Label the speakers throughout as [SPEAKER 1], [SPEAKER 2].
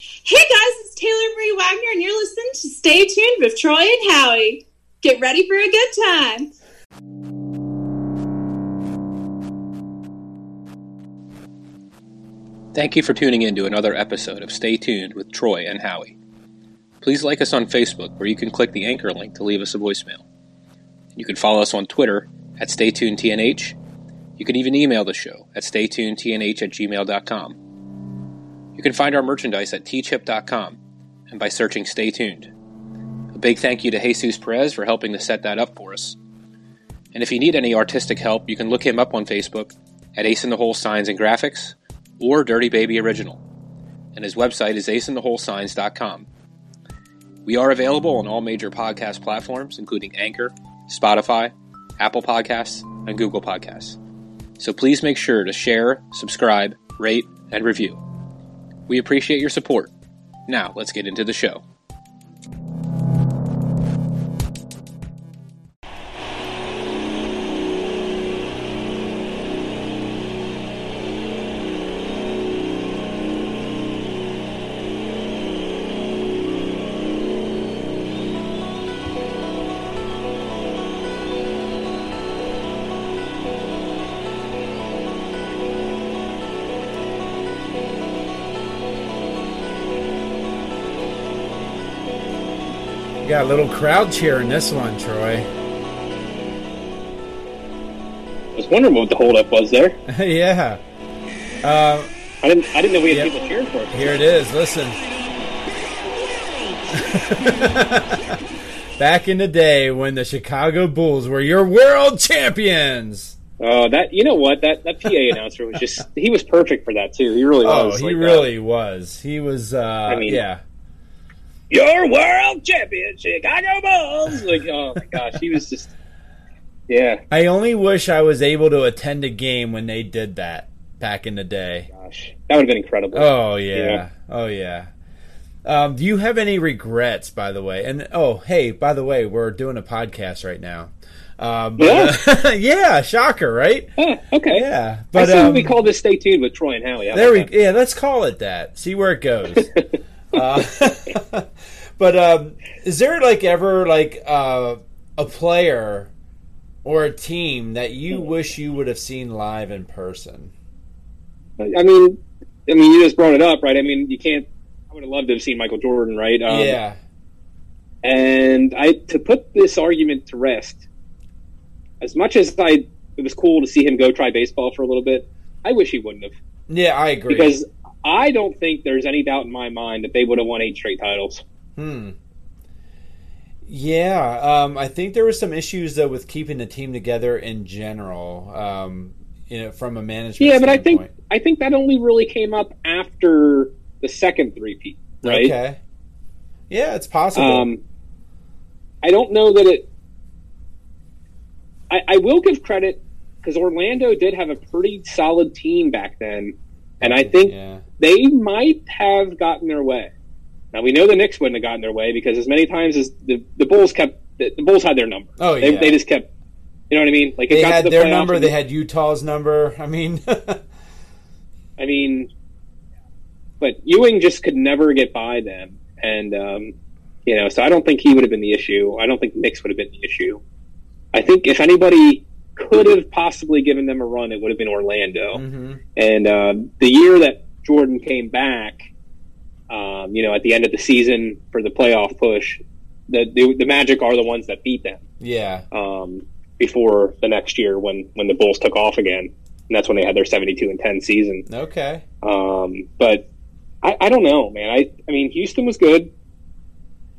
[SPEAKER 1] Hey guys, it's Taylor Marie Wagner, and you're listening to Stay Tuned with Troy and Howie. Get ready for a good time.
[SPEAKER 2] Thank you for tuning in to another episode of Stay Tuned with Troy and Howie. Please like us on Facebook, where you can click the anchor link to leave us a voicemail. You can follow us on Twitter at StayTunedTNH. You can even email the show at StayTunedTNH at gmail.com. You can find our merchandise at tchip.com and by searching Stay Tuned. A big thank you to Jesus Perez for helping to set that up for us. And if you need any artistic help, you can look him up on Facebook at Ace in the Hole Signs and Graphics or Dirty Baby Original. And his website is aceintheholesigns.com. We are available on all major podcast platforms, including Anchor, Spotify, Apple Podcasts, and Google Podcasts. So please make sure to share, subscribe, rate, and review. We appreciate your support. Now, let's get into the show.
[SPEAKER 3] We got a little crowd cheer in this one, Troy.
[SPEAKER 4] I was wondering what the holdup was there.
[SPEAKER 3] yeah. Uh,
[SPEAKER 4] I didn't. I didn't know we had
[SPEAKER 3] Yep.
[SPEAKER 4] people cheering for us.
[SPEAKER 3] here it is. Listen. Back in the day when the Chicago Bulls were your world champions.
[SPEAKER 4] Oh, that you know what that that PA announcer was just he was perfect for that too. He really
[SPEAKER 3] Oh,
[SPEAKER 4] was.
[SPEAKER 3] he
[SPEAKER 4] like, uh,
[SPEAKER 3] really was. He was, uh,
[SPEAKER 4] mean-
[SPEAKER 3] yeah.
[SPEAKER 4] uh, your world champion, Chicago Bulls. Like, oh my gosh, he was just yeah.
[SPEAKER 3] I only wish I was able to attend a game when they did that back in the day.
[SPEAKER 4] Gosh, that would have been incredible.
[SPEAKER 3] Oh yeah.
[SPEAKER 4] Yeah.
[SPEAKER 3] Oh yeah. Um, do you have any regrets, by the way? And oh, hey, by the way, we're doing a podcast right now. Um, but, uh, yeah, shocker, right?
[SPEAKER 4] Huh, okay.
[SPEAKER 3] Yeah,
[SPEAKER 4] I
[SPEAKER 3] but
[SPEAKER 4] see
[SPEAKER 3] um,
[SPEAKER 4] we call this "Stay Tuned" with Troy and Howie. How
[SPEAKER 3] there we
[SPEAKER 4] about
[SPEAKER 3] yeah, let's call it that. See where it goes. uh, but um, is there like ever like uh, a player or a team that you wish you would have seen live in person?
[SPEAKER 4] that? I mean, I mean, you just brought it up, right? I mean, you can't. I would have loved to have seen Michael Jordan, right? Um,
[SPEAKER 3] yeah.
[SPEAKER 4] And I to put this argument to rest, as much as I it was cool to see him go try baseball for a little bit, I wish he wouldn't have.
[SPEAKER 3] Yeah, I agree.
[SPEAKER 4] Because I don't think there's any doubt in my mind that they would have won eight straight titles.
[SPEAKER 3] Hmm. Yeah, um, I think there was some issues though with keeping the team together in general, um, you know, from a management.
[SPEAKER 4] Yeah, but I think
[SPEAKER 3] standpoint.
[SPEAKER 4] I think that only really came up after the second three peat, right?
[SPEAKER 3] okay. Yeah, it's possible.
[SPEAKER 4] Um, I don't know that it. I, I will give credit because Orlando did have a pretty solid team back then, and I think
[SPEAKER 3] Yeah.
[SPEAKER 4] they might have gotten their way. Now we know the Knicks wouldn't have gotten their way because as many times as the, the Bulls kept the, the Bulls had their number.
[SPEAKER 3] Oh,
[SPEAKER 4] they,
[SPEAKER 3] yeah.
[SPEAKER 4] they just kept. You know what I mean? Like it
[SPEAKER 3] They
[SPEAKER 4] got
[SPEAKER 3] had
[SPEAKER 4] to the
[SPEAKER 3] their
[SPEAKER 4] playoffs
[SPEAKER 3] number.
[SPEAKER 4] and- Oh.
[SPEAKER 3] They had Utah's number. I mean,
[SPEAKER 4] I mean, but Ewing just could never get by them, and um, you know, so I don't think he would have been the issue. I don't think Knicks would have been the issue. I think if anybody could have possibly given them a run, it would have been Orlando.
[SPEAKER 3] Mhm.
[SPEAKER 4] And um the year that Jordan came back, um, you know, at the end of the season for the playoff push, the the, the Magic are the ones that beat them
[SPEAKER 3] yeah,
[SPEAKER 4] um, before the next year when when the Bulls took off again, and that's when they had their seventy two and ten season.
[SPEAKER 3] okay.
[SPEAKER 4] Um, but I, I don't know, man. I, I mean, Houston was good.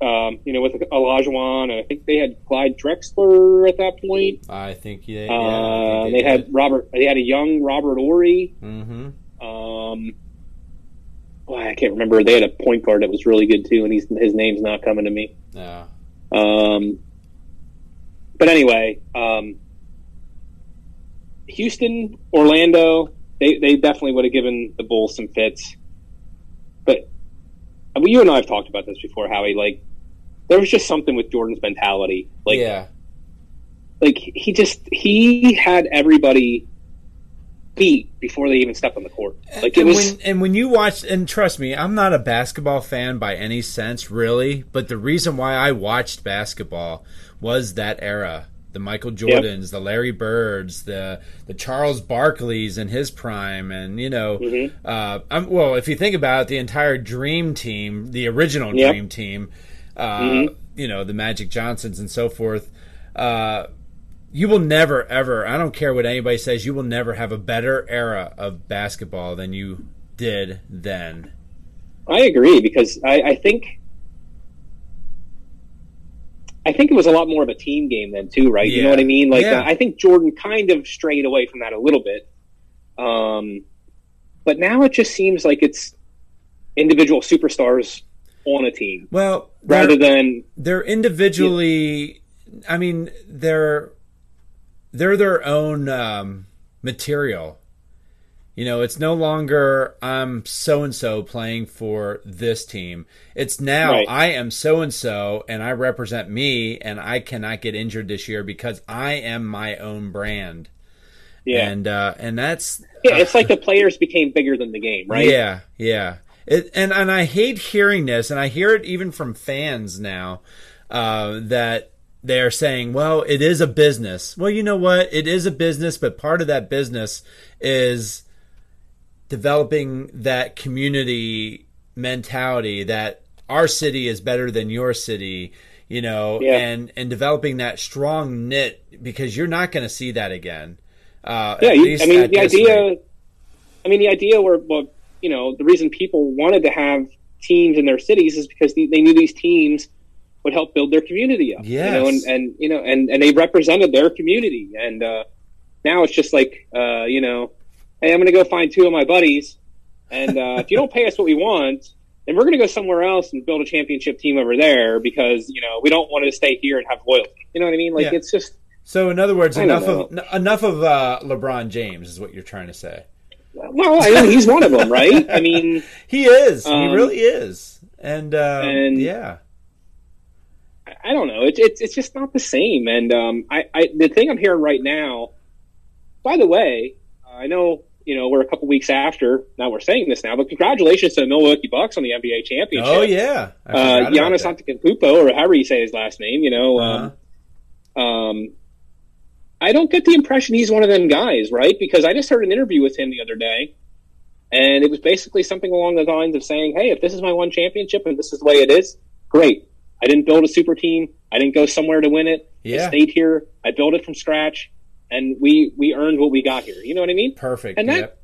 [SPEAKER 4] Um, you know, with Olajuwon, and I think they had Clyde Drexler at that point.
[SPEAKER 3] I think yeah. yeah I
[SPEAKER 4] Uh,
[SPEAKER 3] think
[SPEAKER 4] they had Robert. They had a young Robert Ory.
[SPEAKER 3] hmm
[SPEAKER 4] Um, boy, I can't remember. They had a point guard that was really good too, and he's, his name's not coming to me.
[SPEAKER 3] No.
[SPEAKER 4] Um, but anyway, um, Houston, Orlando, they, they definitely would have given the Bulls some fits. But I mean, you and I have talked about this before, Howie. Like, there was just something with Jordan's mentality. Like,
[SPEAKER 3] yeah.
[SPEAKER 4] like he just he had everybody beat before they even stepped on the court. Like it
[SPEAKER 3] and
[SPEAKER 4] was
[SPEAKER 3] when, and when you watch, and trust me, I'm not a basketball fan by any sense, really. But the reason why I watched basketball was that era. The Michael Jordans, the Larry Birds, the the Charles Barkleys in his prime, and you know,
[SPEAKER 4] Mm-hmm.
[SPEAKER 3] uh, I'm, well, if you think about it, the entire Dream Team, the original
[SPEAKER 4] Yep. Mm-hmm.
[SPEAKER 3] Dream Team, uh, you know, the Magic Johnsons and so forth. Uh, you will never ever i don't care what anybody says you will never have a better era of basketball than you did then
[SPEAKER 4] I agree because I, I think I think it was a lot more of a team game then too, right? You know
[SPEAKER 3] Yeah.
[SPEAKER 4] what I mean? Like
[SPEAKER 3] Yeah.
[SPEAKER 4] uh, I think Jordan kind of strayed away from that a little bit, um, but now it just seems like it's individual superstars on a team
[SPEAKER 3] well
[SPEAKER 4] rather
[SPEAKER 3] they're,
[SPEAKER 4] than
[SPEAKER 3] they're individually i mean they're they're their own um, material you know it's no longer i'm so and so playing for this team it's now
[SPEAKER 4] Right.
[SPEAKER 3] i am so and so and i represent me and i cannot get injured this year because i am my own brand
[SPEAKER 4] yeah.
[SPEAKER 3] and uh, and that's uh,
[SPEAKER 4] yeah, it's like the players became bigger than the game, right?
[SPEAKER 3] yeah, yeah. It, and and I hate hearing this, and I hear it even from fans now uh, that they are saying, "Well, it is a business." Well, you know what? It is a business, but part of that business is developing that community mentality that our city is better than your city you know
[SPEAKER 4] Yeah.
[SPEAKER 3] and and developing that strong knit because you're not going to see that again uh
[SPEAKER 4] yeah,
[SPEAKER 3] at
[SPEAKER 4] you,
[SPEAKER 3] least
[SPEAKER 4] I mean
[SPEAKER 3] at
[SPEAKER 4] the
[SPEAKER 3] this
[SPEAKER 4] idea.
[SPEAKER 3] rate.
[SPEAKER 4] I mean the idea where, well, you know, the reason people wanted to have teams in their cities is because they, they knew these teams would help build their community up.
[SPEAKER 3] Yes.
[SPEAKER 4] You know, and, and you know, and and they represented their community, and uh, now it's just like, uh, you know, hey, I'm going to go find two of my buddies, and uh, if you don't pay us what we want. then we're going to go somewhere else and build a championship team over there because you know we don't want to stay here and have loyalty. You know what I mean? Like
[SPEAKER 3] Yeah.
[SPEAKER 4] it's just
[SPEAKER 3] So in other words,
[SPEAKER 4] I don't
[SPEAKER 3] enough of n- enough of uh, LeBron James is what you're trying to say.
[SPEAKER 4] well, I mean, he's one of them, right? I mean,
[SPEAKER 3] He is.
[SPEAKER 4] Um,
[SPEAKER 3] he really is. And, uh,
[SPEAKER 4] and-
[SPEAKER 3] yeah,
[SPEAKER 4] I don't know. It's it's it's just not the same. And um, I, I the thing I'm hearing right now. By the way, uh, I know you know we're a couple weeks after. Now we're saying this now, but congratulations to the Milwaukee Bucks on the NBA championship.
[SPEAKER 3] oh yeah, I
[SPEAKER 4] uh,
[SPEAKER 3] forgot about
[SPEAKER 4] Giannis
[SPEAKER 3] that.
[SPEAKER 4] Antetokounmpo, or however you say his last name. You know,
[SPEAKER 3] Uh-huh.
[SPEAKER 4] um, um, I don't get the impression he's one of them guys, right? Because I just heard an interview with him the other day. And it was basically something along the lines of saying, "Hey, if this is my one championship and this is the way it is, great. I didn't build a super team. I didn't go somewhere to win it. I
[SPEAKER 3] Yeah.
[SPEAKER 4] stayed here. I built it from scratch, and we we earned what we got here. You know what I mean?
[SPEAKER 3] perfect.
[SPEAKER 4] and that-
[SPEAKER 3] yep.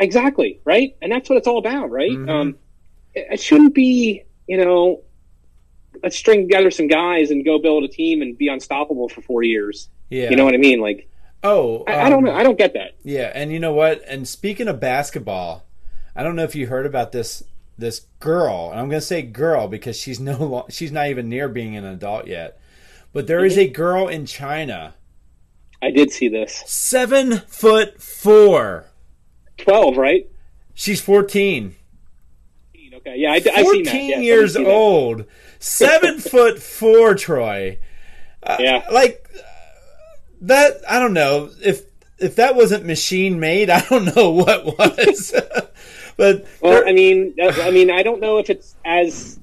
[SPEAKER 4] Exactly, right? And that's what it's all about, right?
[SPEAKER 3] Mhm.
[SPEAKER 4] Um, it, it shouldn't be, you know, let's string together some guys and go build a team and be unstoppable for four years.
[SPEAKER 3] yeah.
[SPEAKER 4] You know what I mean? Like,
[SPEAKER 3] oh,
[SPEAKER 4] I, I don't
[SPEAKER 3] um,
[SPEAKER 4] know. I don't get that.
[SPEAKER 3] Yeah, and you know what? And speaking of basketball, I don't know if you heard about this this girl, and I'm going to say girl because she's no lo- she's not even near being an adult yet. But there is
[SPEAKER 4] Mm-hmm.
[SPEAKER 3] a girl in China,
[SPEAKER 4] I did see this.
[SPEAKER 3] seven foot four.
[SPEAKER 4] Twelve, right?
[SPEAKER 3] She's 14.
[SPEAKER 4] Okay, yeah, I, have seen that.
[SPEAKER 3] 14
[SPEAKER 4] Yes, I did
[SPEAKER 3] years
[SPEAKER 4] see that.
[SPEAKER 3] old, seven foot four, Troy.
[SPEAKER 4] Yeah,
[SPEAKER 3] Like uh, that, I don't know if if that wasn't machine made, I don't know what was. but
[SPEAKER 4] Well, I mean, that- I mean, I don't know if it's as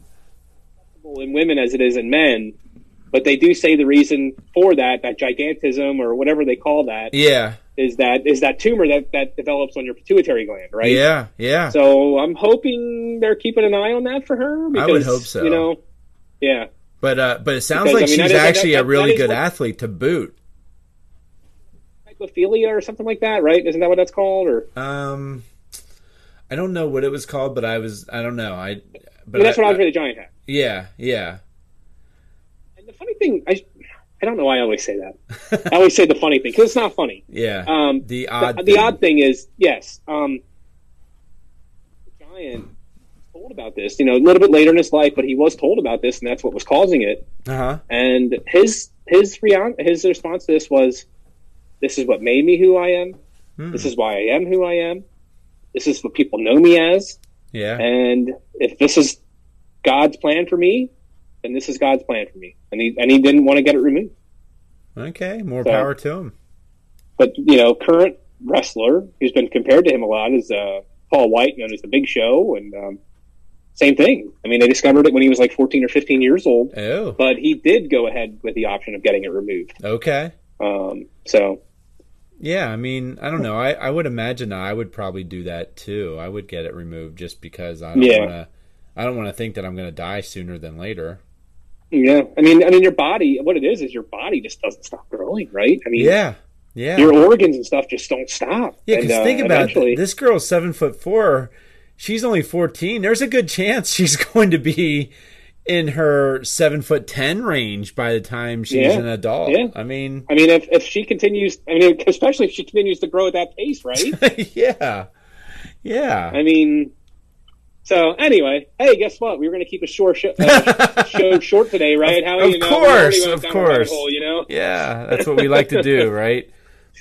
[SPEAKER 4] acceptable in women as it is in men, but they do say the reason for that, that gigantism or whatever they call that, is
[SPEAKER 3] yeah,
[SPEAKER 4] that is that tumor that that develops on your pituitary gland, right?
[SPEAKER 3] yeah, yeah.
[SPEAKER 4] So I'm hoping they're keeping an eye on that for her. Because,
[SPEAKER 3] hope so.
[SPEAKER 4] You know, yeah.
[SPEAKER 3] but uh, but it sounds
[SPEAKER 4] Because,
[SPEAKER 3] like
[SPEAKER 4] I mean, that
[SPEAKER 3] she's
[SPEAKER 4] is- that-
[SPEAKER 3] actually
[SPEAKER 4] that-
[SPEAKER 3] a
[SPEAKER 4] that
[SPEAKER 3] really
[SPEAKER 4] is
[SPEAKER 3] good
[SPEAKER 4] what-
[SPEAKER 3] athlete to boot.
[SPEAKER 4] Hypophilia or something like that, right? Isn't that what that's called? Or
[SPEAKER 3] Um, I don't know what it was called, but I was I don't know I. But
[SPEAKER 4] Well, that's what Andre
[SPEAKER 3] I,
[SPEAKER 4] the Giant had.
[SPEAKER 3] yeah, yeah.
[SPEAKER 4] And the funny thing, I, I don't know why I always say that. I always say the funny thing because it's not funny.
[SPEAKER 3] Yeah,
[SPEAKER 4] Um,
[SPEAKER 3] the odd,
[SPEAKER 4] the,
[SPEAKER 3] thing.
[SPEAKER 4] odd thing is, yes, um, the Giant told about this. You know, a little bit later in his life, but he was told about this, and that's what was causing it.
[SPEAKER 3] uh-huh.
[SPEAKER 4] And his his rea- his response to this was, "This is what made me who I am.
[SPEAKER 3] Hmm.
[SPEAKER 4] This is why I am who I am. This is what people know me as.
[SPEAKER 3] yeah,
[SPEAKER 4] And if this is God's plan for me, then this is God's plan for me." And he and he didn't want to get it removed.
[SPEAKER 3] okay, more
[SPEAKER 4] so-
[SPEAKER 3] power to him.
[SPEAKER 4] But you know, current wrestler who's been compared to him a lot is uh, Paul White, known as the Big Show, and um, same thing. I mean, they discovered it when he was like 14 or 15 years old,
[SPEAKER 3] Oh,
[SPEAKER 4] but he did go ahead with the option of getting it removed.
[SPEAKER 3] okay.
[SPEAKER 4] Um, so
[SPEAKER 3] Yeah, I mean, I don't know. I, I would imagine I would probably do that too. I would get it removed just because I don't
[SPEAKER 4] Yeah.
[SPEAKER 3] want to. I don't want to think that I'm going to die sooner than later.
[SPEAKER 4] yeah, I mean, I mean, your body, what it is, is your body just doesn't stop growing, right? I mean,
[SPEAKER 3] Yeah, yeah,
[SPEAKER 4] your organs and stuff just don't stop.
[SPEAKER 3] yeah.
[SPEAKER 4] And,
[SPEAKER 3] Because
[SPEAKER 4] uh,
[SPEAKER 3] think about
[SPEAKER 4] eventually-
[SPEAKER 3] it. This girl's seven foot four. She's only fourteen. There's a good chance she's going to be in her seven foot ten range by the time she's
[SPEAKER 4] Yeah,
[SPEAKER 3] an adult.
[SPEAKER 4] yeah.
[SPEAKER 3] I mean,
[SPEAKER 4] I mean, if, if she continues, I mean, especially if she continues to grow at that pace, right?
[SPEAKER 3] yeah, yeah.
[SPEAKER 4] I mean, so anyway, hey, guess what? We were going to keep a short show, uh, show short today, right? How
[SPEAKER 3] of
[SPEAKER 4] you know, we
[SPEAKER 3] course,
[SPEAKER 4] already went
[SPEAKER 3] of
[SPEAKER 4] down a rabbit
[SPEAKER 3] course.
[SPEAKER 4] hole, you know.
[SPEAKER 3] Yeah, that's what we like to do, right?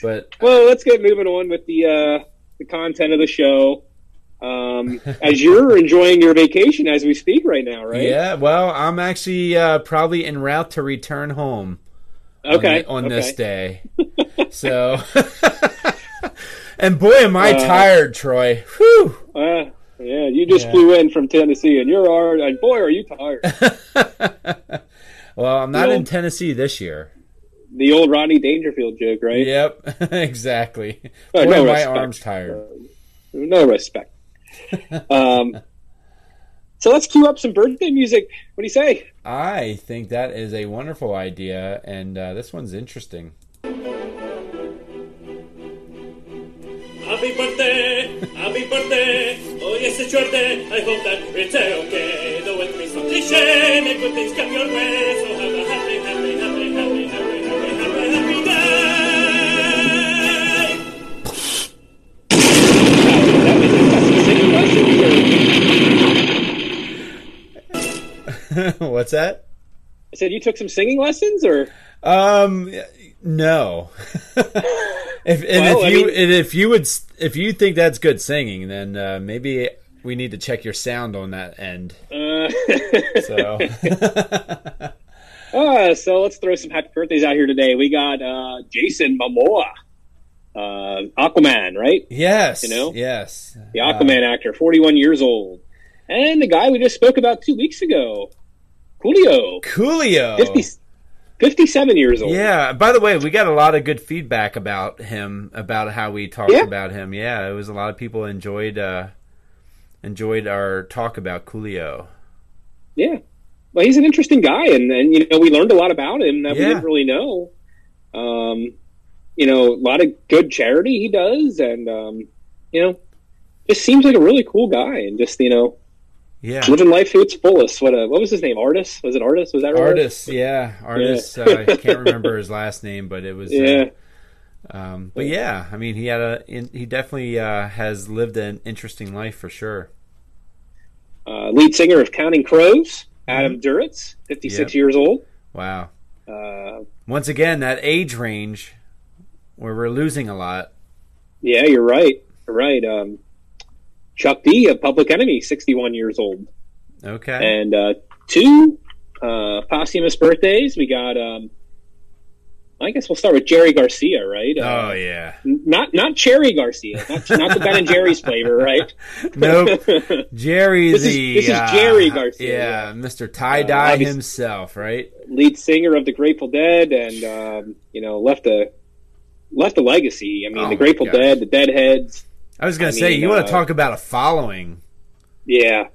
[SPEAKER 3] But
[SPEAKER 4] Well, let's get moving on with the uh, the content of the show. Um, as you're enjoying your vacation as we speak right now, right?
[SPEAKER 3] yeah, well, I'm actually uh, probably en route to return home. on
[SPEAKER 4] Okay.
[SPEAKER 3] thi- on,
[SPEAKER 4] okay.
[SPEAKER 3] this day. So, and boy, am I
[SPEAKER 4] Uh,
[SPEAKER 3] tired, Troy. Whew.
[SPEAKER 4] Uh, yeah, you just
[SPEAKER 3] Yeah.
[SPEAKER 4] flew in from Tennessee, and you're already, and boy, are you tired.
[SPEAKER 3] Well, I'm not
[SPEAKER 4] Well-
[SPEAKER 3] in Tennessee this year.
[SPEAKER 4] the old Rodney Dangerfield joke, right?
[SPEAKER 3] Yep, exactly.
[SPEAKER 4] Oh,
[SPEAKER 3] Boy,
[SPEAKER 4] no
[SPEAKER 3] am my
[SPEAKER 4] respect.
[SPEAKER 3] arms tired.
[SPEAKER 4] no respect. um, so let's cue up some birthday music. What do you say?
[SPEAKER 3] I think that is a wonderful idea, and uh, this one's interesting.
[SPEAKER 5] Happy birthday, happy birthday. Oh, yes, it's your day. I hope that it's okay. Though it may some cliche, may good things come your way. So have a happy, happy, happy, happy, happy, happy, happy, happy day.
[SPEAKER 4] I
[SPEAKER 3] What's that?
[SPEAKER 4] said you took some singing lessons, or
[SPEAKER 3] Um, no. if and
[SPEAKER 4] Well, I
[SPEAKER 3] if you
[SPEAKER 4] mean-
[SPEAKER 3] and if you would s- if you think that's good singing, then uh, maybe we need to check your sound on that end.
[SPEAKER 4] uh,
[SPEAKER 3] So.
[SPEAKER 4] uh, so let's throw some happy birthdays out here today. We got uh, Jason Momoa, uh, Aquaman, right?
[SPEAKER 3] Yes.
[SPEAKER 4] You know?
[SPEAKER 3] Yes. Uh,
[SPEAKER 4] The Aquaman actor, forty-one years old, and the guy we just spoke about two weeks ago, Coolio,
[SPEAKER 3] Coolio.
[SPEAKER 4] 50, 57 years old.
[SPEAKER 3] Yeah. By the way, we got a lot of good feedback about him, about how we talked
[SPEAKER 4] Yeah.
[SPEAKER 3] about him. Yeah, it was a lot of people enjoyed uh enjoyed our talk about Coolio.
[SPEAKER 4] Yeah. Well, he's an interesting guy, and, and you know we learned a lot about him that we
[SPEAKER 3] Yeah.
[SPEAKER 4] didn't really know. Um, you know, a lot of good charity he does, and um, you know, just seems like a really cool guy, and just you know,
[SPEAKER 3] Yeah.
[SPEAKER 4] living life to its fullest. What a, what was his name? Artist? Was it Artist? Was that right?
[SPEAKER 3] Artist, yeah, artist. Uh, I can't remember his last name, but it was.
[SPEAKER 4] Yeah.
[SPEAKER 3] Uh, um, but yeah, I mean, he had a. in- He definitely uh, has lived an interesting life for sure.
[SPEAKER 4] Uh, lead singer of Counting Crows,
[SPEAKER 3] Mm-hmm.
[SPEAKER 4] Adam Duritz,
[SPEAKER 3] Yep.
[SPEAKER 4] fifty-six years old.
[SPEAKER 3] Wow.
[SPEAKER 4] Uh,
[SPEAKER 3] Once again, that age range where we're losing a lot.
[SPEAKER 4] yeah, you're right. You're right. Um, Chuck D of Public Enemy, sixty-one years old.
[SPEAKER 3] Okay.
[SPEAKER 4] and uh, two uh, posthumous birthdays. We got. Um, I guess we'll start with Jerry Garcia, right?
[SPEAKER 3] oh
[SPEAKER 4] Uh,
[SPEAKER 3] yeah.
[SPEAKER 4] n- Not not Cherry Garcia, not, not the Ben and Jerry's flavor, right?
[SPEAKER 3] Nope. Jerry
[SPEAKER 4] This is-
[SPEAKER 3] the
[SPEAKER 4] this is
[SPEAKER 3] uh,
[SPEAKER 4] Jerry Garcia.
[SPEAKER 3] Yeah, Mr. Tie Dye
[SPEAKER 4] Uh, obvious-
[SPEAKER 3] himself, right?
[SPEAKER 4] Lead singer of the Grateful Dead, and um, you know left a left a legacy. I mean,
[SPEAKER 3] Oh
[SPEAKER 4] the Grateful
[SPEAKER 3] my gosh.
[SPEAKER 4] Dead, the Deadheads,
[SPEAKER 3] I was gonna
[SPEAKER 4] I
[SPEAKER 3] say
[SPEAKER 4] mean,
[SPEAKER 3] you want
[SPEAKER 4] uh,
[SPEAKER 3] to talk about a following.
[SPEAKER 4] yeah,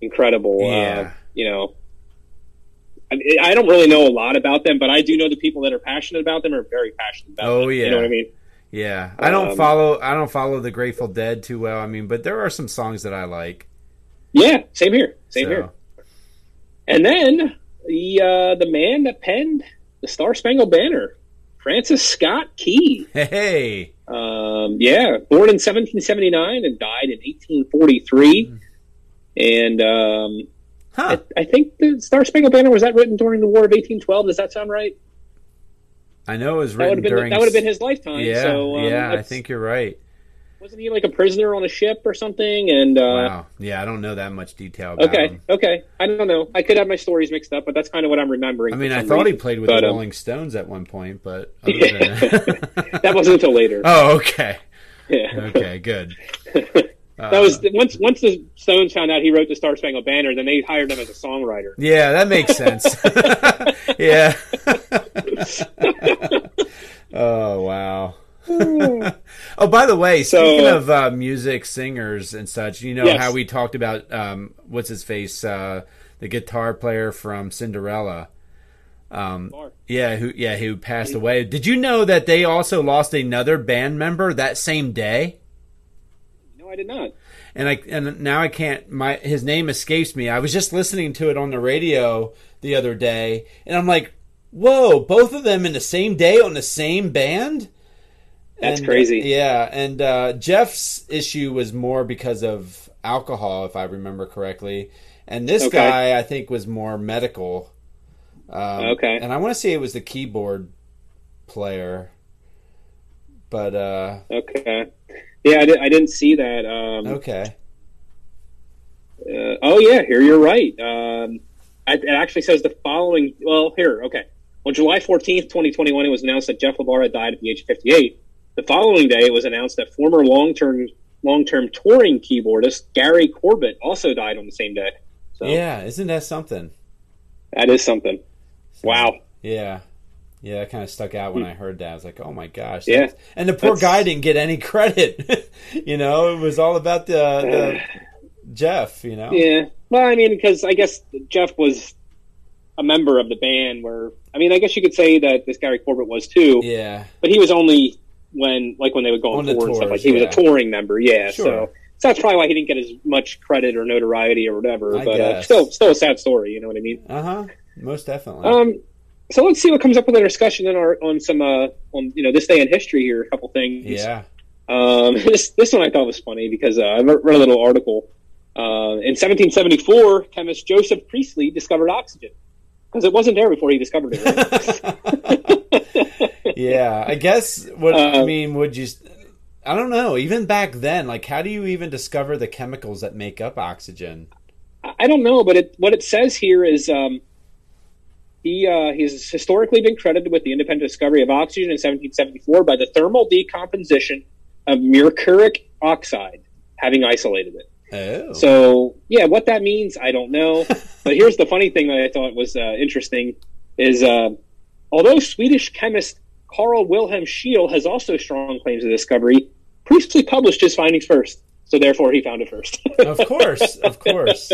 [SPEAKER 4] incredible.
[SPEAKER 3] Yeah.
[SPEAKER 4] Uh, you know. I, I don't really know a lot about them, but I do know the people that are passionate about them are very passionate about
[SPEAKER 3] Oh,
[SPEAKER 4] them.
[SPEAKER 3] yeah.
[SPEAKER 4] You know what I mean?
[SPEAKER 3] Yeah, I don't
[SPEAKER 4] um,
[SPEAKER 3] follow I don't follow the Grateful Dead too well. I mean, but there are some songs that I like.
[SPEAKER 4] Yeah, same here. Same
[SPEAKER 3] so.
[SPEAKER 4] here. And then the uh, the man that penned the Star Spangled Banner, Francis Scott Key.
[SPEAKER 3] Hey,
[SPEAKER 4] Um, yeah, born in 1779 and died in 1843. And um,
[SPEAKER 3] huh?
[SPEAKER 4] I think the Star Spangled Banner was that written during the War of 1812. Does that sound right?
[SPEAKER 3] I know it was
[SPEAKER 4] That would
[SPEAKER 3] written
[SPEAKER 4] have been
[SPEAKER 3] during
[SPEAKER 4] that would have been his lifetime.
[SPEAKER 3] Yeah,
[SPEAKER 4] so, um,
[SPEAKER 3] yeah, I
[SPEAKER 4] let's-
[SPEAKER 3] think you're right.
[SPEAKER 4] wasn't he like a prisoner on a ship or something? And uh,
[SPEAKER 3] Wow. Yeah, I don't know that much detail about
[SPEAKER 4] okay,
[SPEAKER 3] him.
[SPEAKER 4] okay, I don't know. I could have my stories mixed up, but that's kind of what I'm remembering.
[SPEAKER 3] I
[SPEAKER 4] for
[SPEAKER 3] mean, I
[SPEAKER 4] some
[SPEAKER 3] thought he
[SPEAKER 4] reason.
[SPEAKER 3] played with
[SPEAKER 4] But,
[SPEAKER 3] the
[SPEAKER 4] um,
[SPEAKER 3] Rolling Stones at one point, but other than
[SPEAKER 4] that wasn't until later.
[SPEAKER 3] oh, okay,
[SPEAKER 4] yeah.
[SPEAKER 3] okay, good.
[SPEAKER 4] That was once once the Stones found out he wrote the Star Spangled Banner, then they hired him as a songwriter.
[SPEAKER 3] Yeah, that makes sense. yeah. oh wow. oh, by the way,
[SPEAKER 4] So-
[SPEAKER 3] speaking of uh, music, singers, and such, you know
[SPEAKER 4] Yes.
[SPEAKER 3] how we talked about um, what's his face, uh, the guitar player from Cinderella. Um,
[SPEAKER 4] Barr.
[SPEAKER 3] yeah, who yeah who passed away. Did you know that they also lost another band member that same day?
[SPEAKER 4] No, I did not.
[SPEAKER 3] and I and now I can't. My his name escapes me. I was just listening to it on the radio the other day, and I'm like, "Whoa, both of them in the same day on the same band."
[SPEAKER 4] That's
[SPEAKER 3] And,
[SPEAKER 4] crazy.
[SPEAKER 3] Yeah, and uh, Jeff's issue was more because of alcohol, if I remember correctly, and this
[SPEAKER 4] Okay.
[SPEAKER 3] guy I think was more medical. Um,
[SPEAKER 4] Okay.
[SPEAKER 3] and I want to say it was the keyboard player, but uh,
[SPEAKER 4] Okay. Yeah, I, did, I didn't see that. Um,
[SPEAKER 3] okay.
[SPEAKER 4] uh, oh yeah, here you're right. Um, I, it actually says the following. Well, here, okay. On July 14th, 2021, it was announced that Jeff LeBar had died at the age of 58. The following day, it was announced that former long-term long-term touring keyboardist Gary Corbett also died on the same day. So
[SPEAKER 3] Yeah, isn't that something?
[SPEAKER 4] that is something. Wow.
[SPEAKER 3] Yeah. Yeah, that kind of stuck out when I heard that. I was like, "Oh my gosh!"
[SPEAKER 4] Yeah.
[SPEAKER 3] that's- and the poor
[SPEAKER 4] That's-
[SPEAKER 3] guy didn't get any credit. you know, it was all about the, the Jeff. You know,
[SPEAKER 4] Yeah. Well, I mean, because I guess Jeff was a member of the band. Where I mean, I guess you could say that this Gary Corbett was too.
[SPEAKER 3] yeah,
[SPEAKER 4] but he was only when like when they would go on,
[SPEAKER 3] On the
[SPEAKER 4] tour and stuff
[SPEAKER 3] tours,
[SPEAKER 4] like he
[SPEAKER 3] yeah.
[SPEAKER 4] was a touring member yeah
[SPEAKER 3] Sure.
[SPEAKER 4] so, so that's probably why he didn't get as much credit or notoriety or whatever
[SPEAKER 3] I
[SPEAKER 4] but uh,
[SPEAKER 3] guess.
[SPEAKER 4] still still a sad story you know what i mean
[SPEAKER 3] uh huh, most definitely.
[SPEAKER 4] um so let's see what comes up with our discussion in our on some uh on you know this day in history here a couple things
[SPEAKER 3] yeah,
[SPEAKER 4] um, this this one I thought was funny because uh, I re- read a little article. Uh, in 1774, chemist Joseph Priestley discovered oxygen because it wasn't there before he discovered it. right?
[SPEAKER 3] yeah. I guess what I
[SPEAKER 4] Uh,
[SPEAKER 3] mean would you? s- I don't know. Even back then, like, how do you even discover the chemicals that make up oxygen?
[SPEAKER 4] I- I don't know, but it, what it says here is um, he uh, he's historically been credited with the independent discovery of oxygen in 1774 by the thermal decomposition of mercuric oxide, having isolated it.
[SPEAKER 3] Oh,
[SPEAKER 4] So yeah, what that means, I don't know. but here's the funny thing that I thought was uh, interesting is uh, although Swedish chemist Carl Wilhelm Scheele has also strong claims of discovery, Priestley published his findings first, so therefore he found it first.
[SPEAKER 3] of course, of course.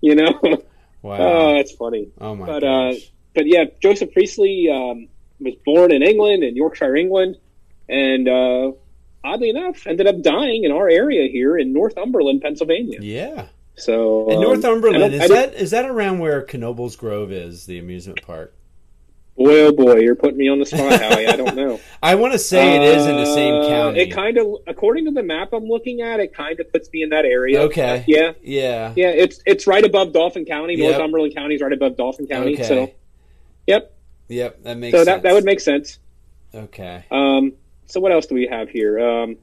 [SPEAKER 4] you know, oh,
[SPEAKER 3] Wow.
[SPEAKER 4] that's funny.
[SPEAKER 3] oh my
[SPEAKER 4] but, uh,
[SPEAKER 3] gosh.
[SPEAKER 4] but yeah, Joseph Priestley um, was born in England, in Yorkshire, England, and uh, oddly enough, ended up dying in our area here in Northumberland, Pennsylvania.
[SPEAKER 3] yeah.
[SPEAKER 4] So
[SPEAKER 3] And
[SPEAKER 4] um, I
[SPEAKER 3] Northumberland
[SPEAKER 4] don't-
[SPEAKER 3] is
[SPEAKER 4] I don't-
[SPEAKER 3] that is that around where Knobles Grove is, the amusement park?
[SPEAKER 4] Boy, oh boy, you're putting me on the spot, Howie. I don't know.
[SPEAKER 3] I want to say it is in the same
[SPEAKER 4] Uh,
[SPEAKER 3] county.
[SPEAKER 4] It kind of, according to the map I'm looking at, it kind of puts me in that area.
[SPEAKER 3] okay.
[SPEAKER 4] Yeah.
[SPEAKER 3] Yeah.
[SPEAKER 4] Yeah, it's it's right above Dauphin County.
[SPEAKER 3] Yep.
[SPEAKER 4] Northumberland County is right above Dauphin County.
[SPEAKER 3] Okay.
[SPEAKER 4] So, yep.
[SPEAKER 3] Yep. That makes
[SPEAKER 4] so
[SPEAKER 3] sense.
[SPEAKER 4] that, that would make sense.
[SPEAKER 3] okay.
[SPEAKER 4] Um, so what else do we have here? Um,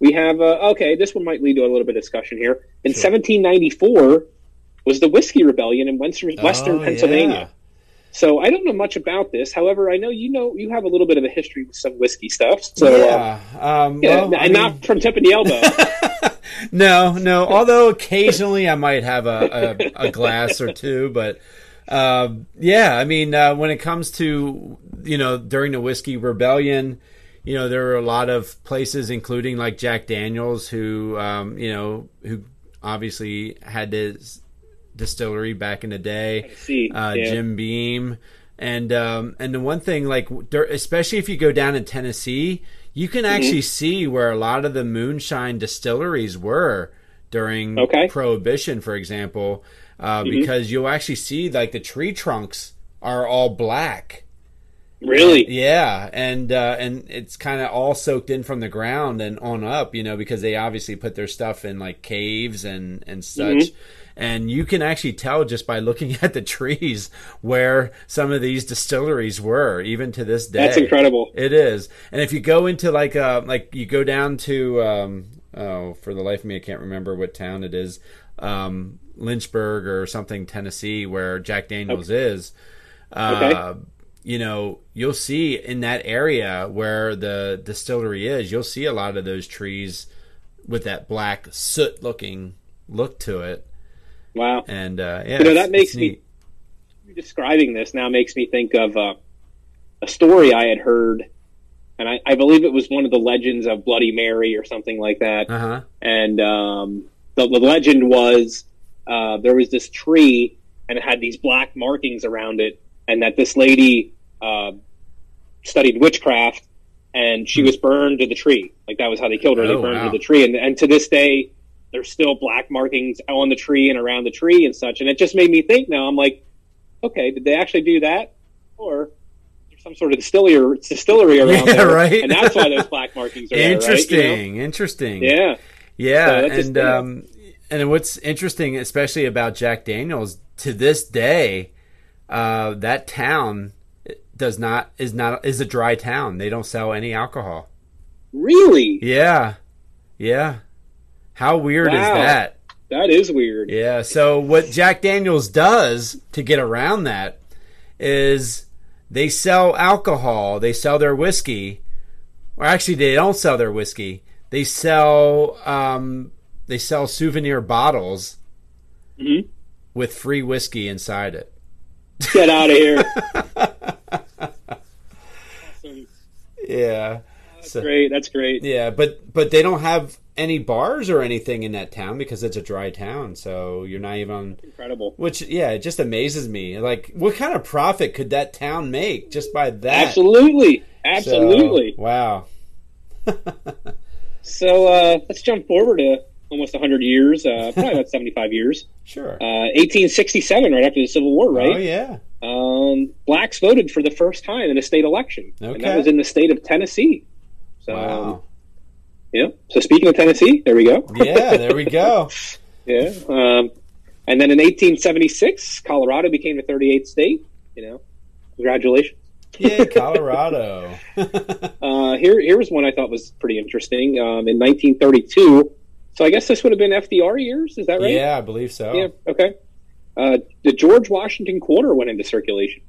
[SPEAKER 4] we have uh, okay. This one might lead to a little bit of discussion here. In 1794 was the Whiskey Rebellion in Western, Western
[SPEAKER 3] Oh,
[SPEAKER 4] Pennsylvania. So I don't know much about this. However, I know you know you have a little bit of a history with some whiskey stuff. So uh,
[SPEAKER 3] yeah. Um,
[SPEAKER 4] yeah,
[SPEAKER 3] well,
[SPEAKER 4] and
[SPEAKER 3] I mean,
[SPEAKER 4] not from tip of the elbow.
[SPEAKER 3] no, no. Although occasionally I might have a, a, a glass or two, but um yeah, I mean, uh, when it comes to you know during the whiskey rebellion, you know there were a lot of places, including like Jack Daniels, who um, you know who obviously had this distillery back in the day
[SPEAKER 4] See,
[SPEAKER 3] uh,
[SPEAKER 4] yeah.
[SPEAKER 3] Jim Beam, and um, and the one thing like there, especially if you go down in Tennessee, you can
[SPEAKER 4] Mm-hmm.
[SPEAKER 3] actually see where a lot of the moonshine distilleries were during
[SPEAKER 4] Okay. Mm-hmm.
[SPEAKER 3] Prohibition, for example, uh, because you'll actually see like the tree trunks are all black.
[SPEAKER 4] really?
[SPEAKER 3] Yeah, and uh, and it's kind of all soaked in from the
[SPEAKER 4] Mm-hmm.
[SPEAKER 3] ground and on up, you know, because they obviously put their stuff in like caves and and such. and you can actually tell just by looking at the trees where some of these distilleries were, even to this day.
[SPEAKER 4] That's incredible.
[SPEAKER 3] It is, and if you go into like uh like you go down to um oh for the life of me I can't remember what town it is, um Lynchburg or something Tennessee where Jack Daniels is. Uh, You know, you'll see in that area where the distillery is, you'll see a lot of those trees with that black soot looking look to it.
[SPEAKER 4] Wow.
[SPEAKER 3] And uh, yeah,
[SPEAKER 4] You know,
[SPEAKER 3] it's-
[SPEAKER 4] that makes
[SPEAKER 3] it's
[SPEAKER 4] me-
[SPEAKER 3] neat.
[SPEAKER 4] you describing this now makes me think of uh, a story I had heard, and I, I believe it was one of the legends of Bloody Mary or something like that.
[SPEAKER 3] Uh huh.
[SPEAKER 4] And um, the, the legend was uh, there was this tree and it had these black markings around it, and that this lady uh, studied witchcraft and she was burned to the tree. Like that was how they killed her. they
[SPEAKER 3] Hmm. Oh,
[SPEAKER 4] burned
[SPEAKER 3] wow.
[SPEAKER 4] her to the tree, and, and to this day. There's still black markings on the tree and around the tree and such, and it just made me think. Now I'm like, okay, did they actually do that, or there's some sort of distillery distillery around
[SPEAKER 3] Yeah,
[SPEAKER 4] there,
[SPEAKER 3] right.
[SPEAKER 4] and that's why those black markings are there, right? You know?
[SPEAKER 3] Interesting. Interesting.
[SPEAKER 4] Yeah. So
[SPEAKER 3] Yeah,
[SPEAKER 4] that's just
[SPEAKER 3] and
[SPEAKER 4] nice.
[SPEAKER 3] um, and what's interesting, especially about Jack Daniels, to this day, uh, that town eh, does not is not is a dry town. They don't sell any alcohol.
[SPEAKER 4] Really?
[SPEAKER 3] Yeah, yeah. How weird is
[SPEAKER 4] Wow.
[SPEAKER 3] that?
[SPEAKER 4] That is weird.
[SPEAKER 3] Yeah. So what Jack Daniels does to get around that is they sell alcohol. They sell their whiskey, or actually they don't sell their whiskey. They sell um, they sell souvenir bottles
[SPEAKER 4] Mhm.
[SPEAKER 3] with free whiskey inside it.
[SPEAKER 4] Get out of here.
[SPEAKER 3] Yeah. So-
[SPEAKER 4] great. That's great.
[SPEAKER 3] Yeah, but but they don't have any bars or anything in that town because it's a dry town. So you're not even on
[SPEAKER 4] Incredible.
[SPEAKER 3] Which yeah, it just amazes me. Like, what kind of profit could that town make just by that?
[SPEAKER 4] Absolutely.
[SPEAKER 3] So,
[SPEAKER 4] Absolutely.
[SPEAKER 3] wow.
[SPEAKER 4] So, uh, let's jump forward to almost 100 years, uh, probably about 75 years.
[SPEAKER 3] Sure.
[SPEAKER 4] Uh, 1867, right after the Civil War,
[SPEAKER 3] Oh
[SPEAKER 4] right?
[SPEAKER 3] yeah.
[SPEAKER 4] Um, blacks voted for the first time in a state election. And
[SPEAKER 3] Okay.
[SPEAKER 4] that was in the state of Tennessee. So,
[SPEAKER 3] Wow.
[SPEAKER 4] yeah. So, speaking of Tennessee, there we go.
[SPEAKER 3] yeah. There we go.
[SPEAKER 4] Yeah. Um, and then in 1876, Colorado became a 38th state. You know, congratulations.
[SPEAKER 3] Yay, Colorado.
[SPEAKER 4] Uh, here, here was one I thought was pretty interesting. Um, in 1932, so I guess this would have been FDR years, is that right?
[SPEAKER 3] Yeah, I believe so.
[SPEAKER 4] Yeah, Okay. Uh, the George Washington quarter went into circulation,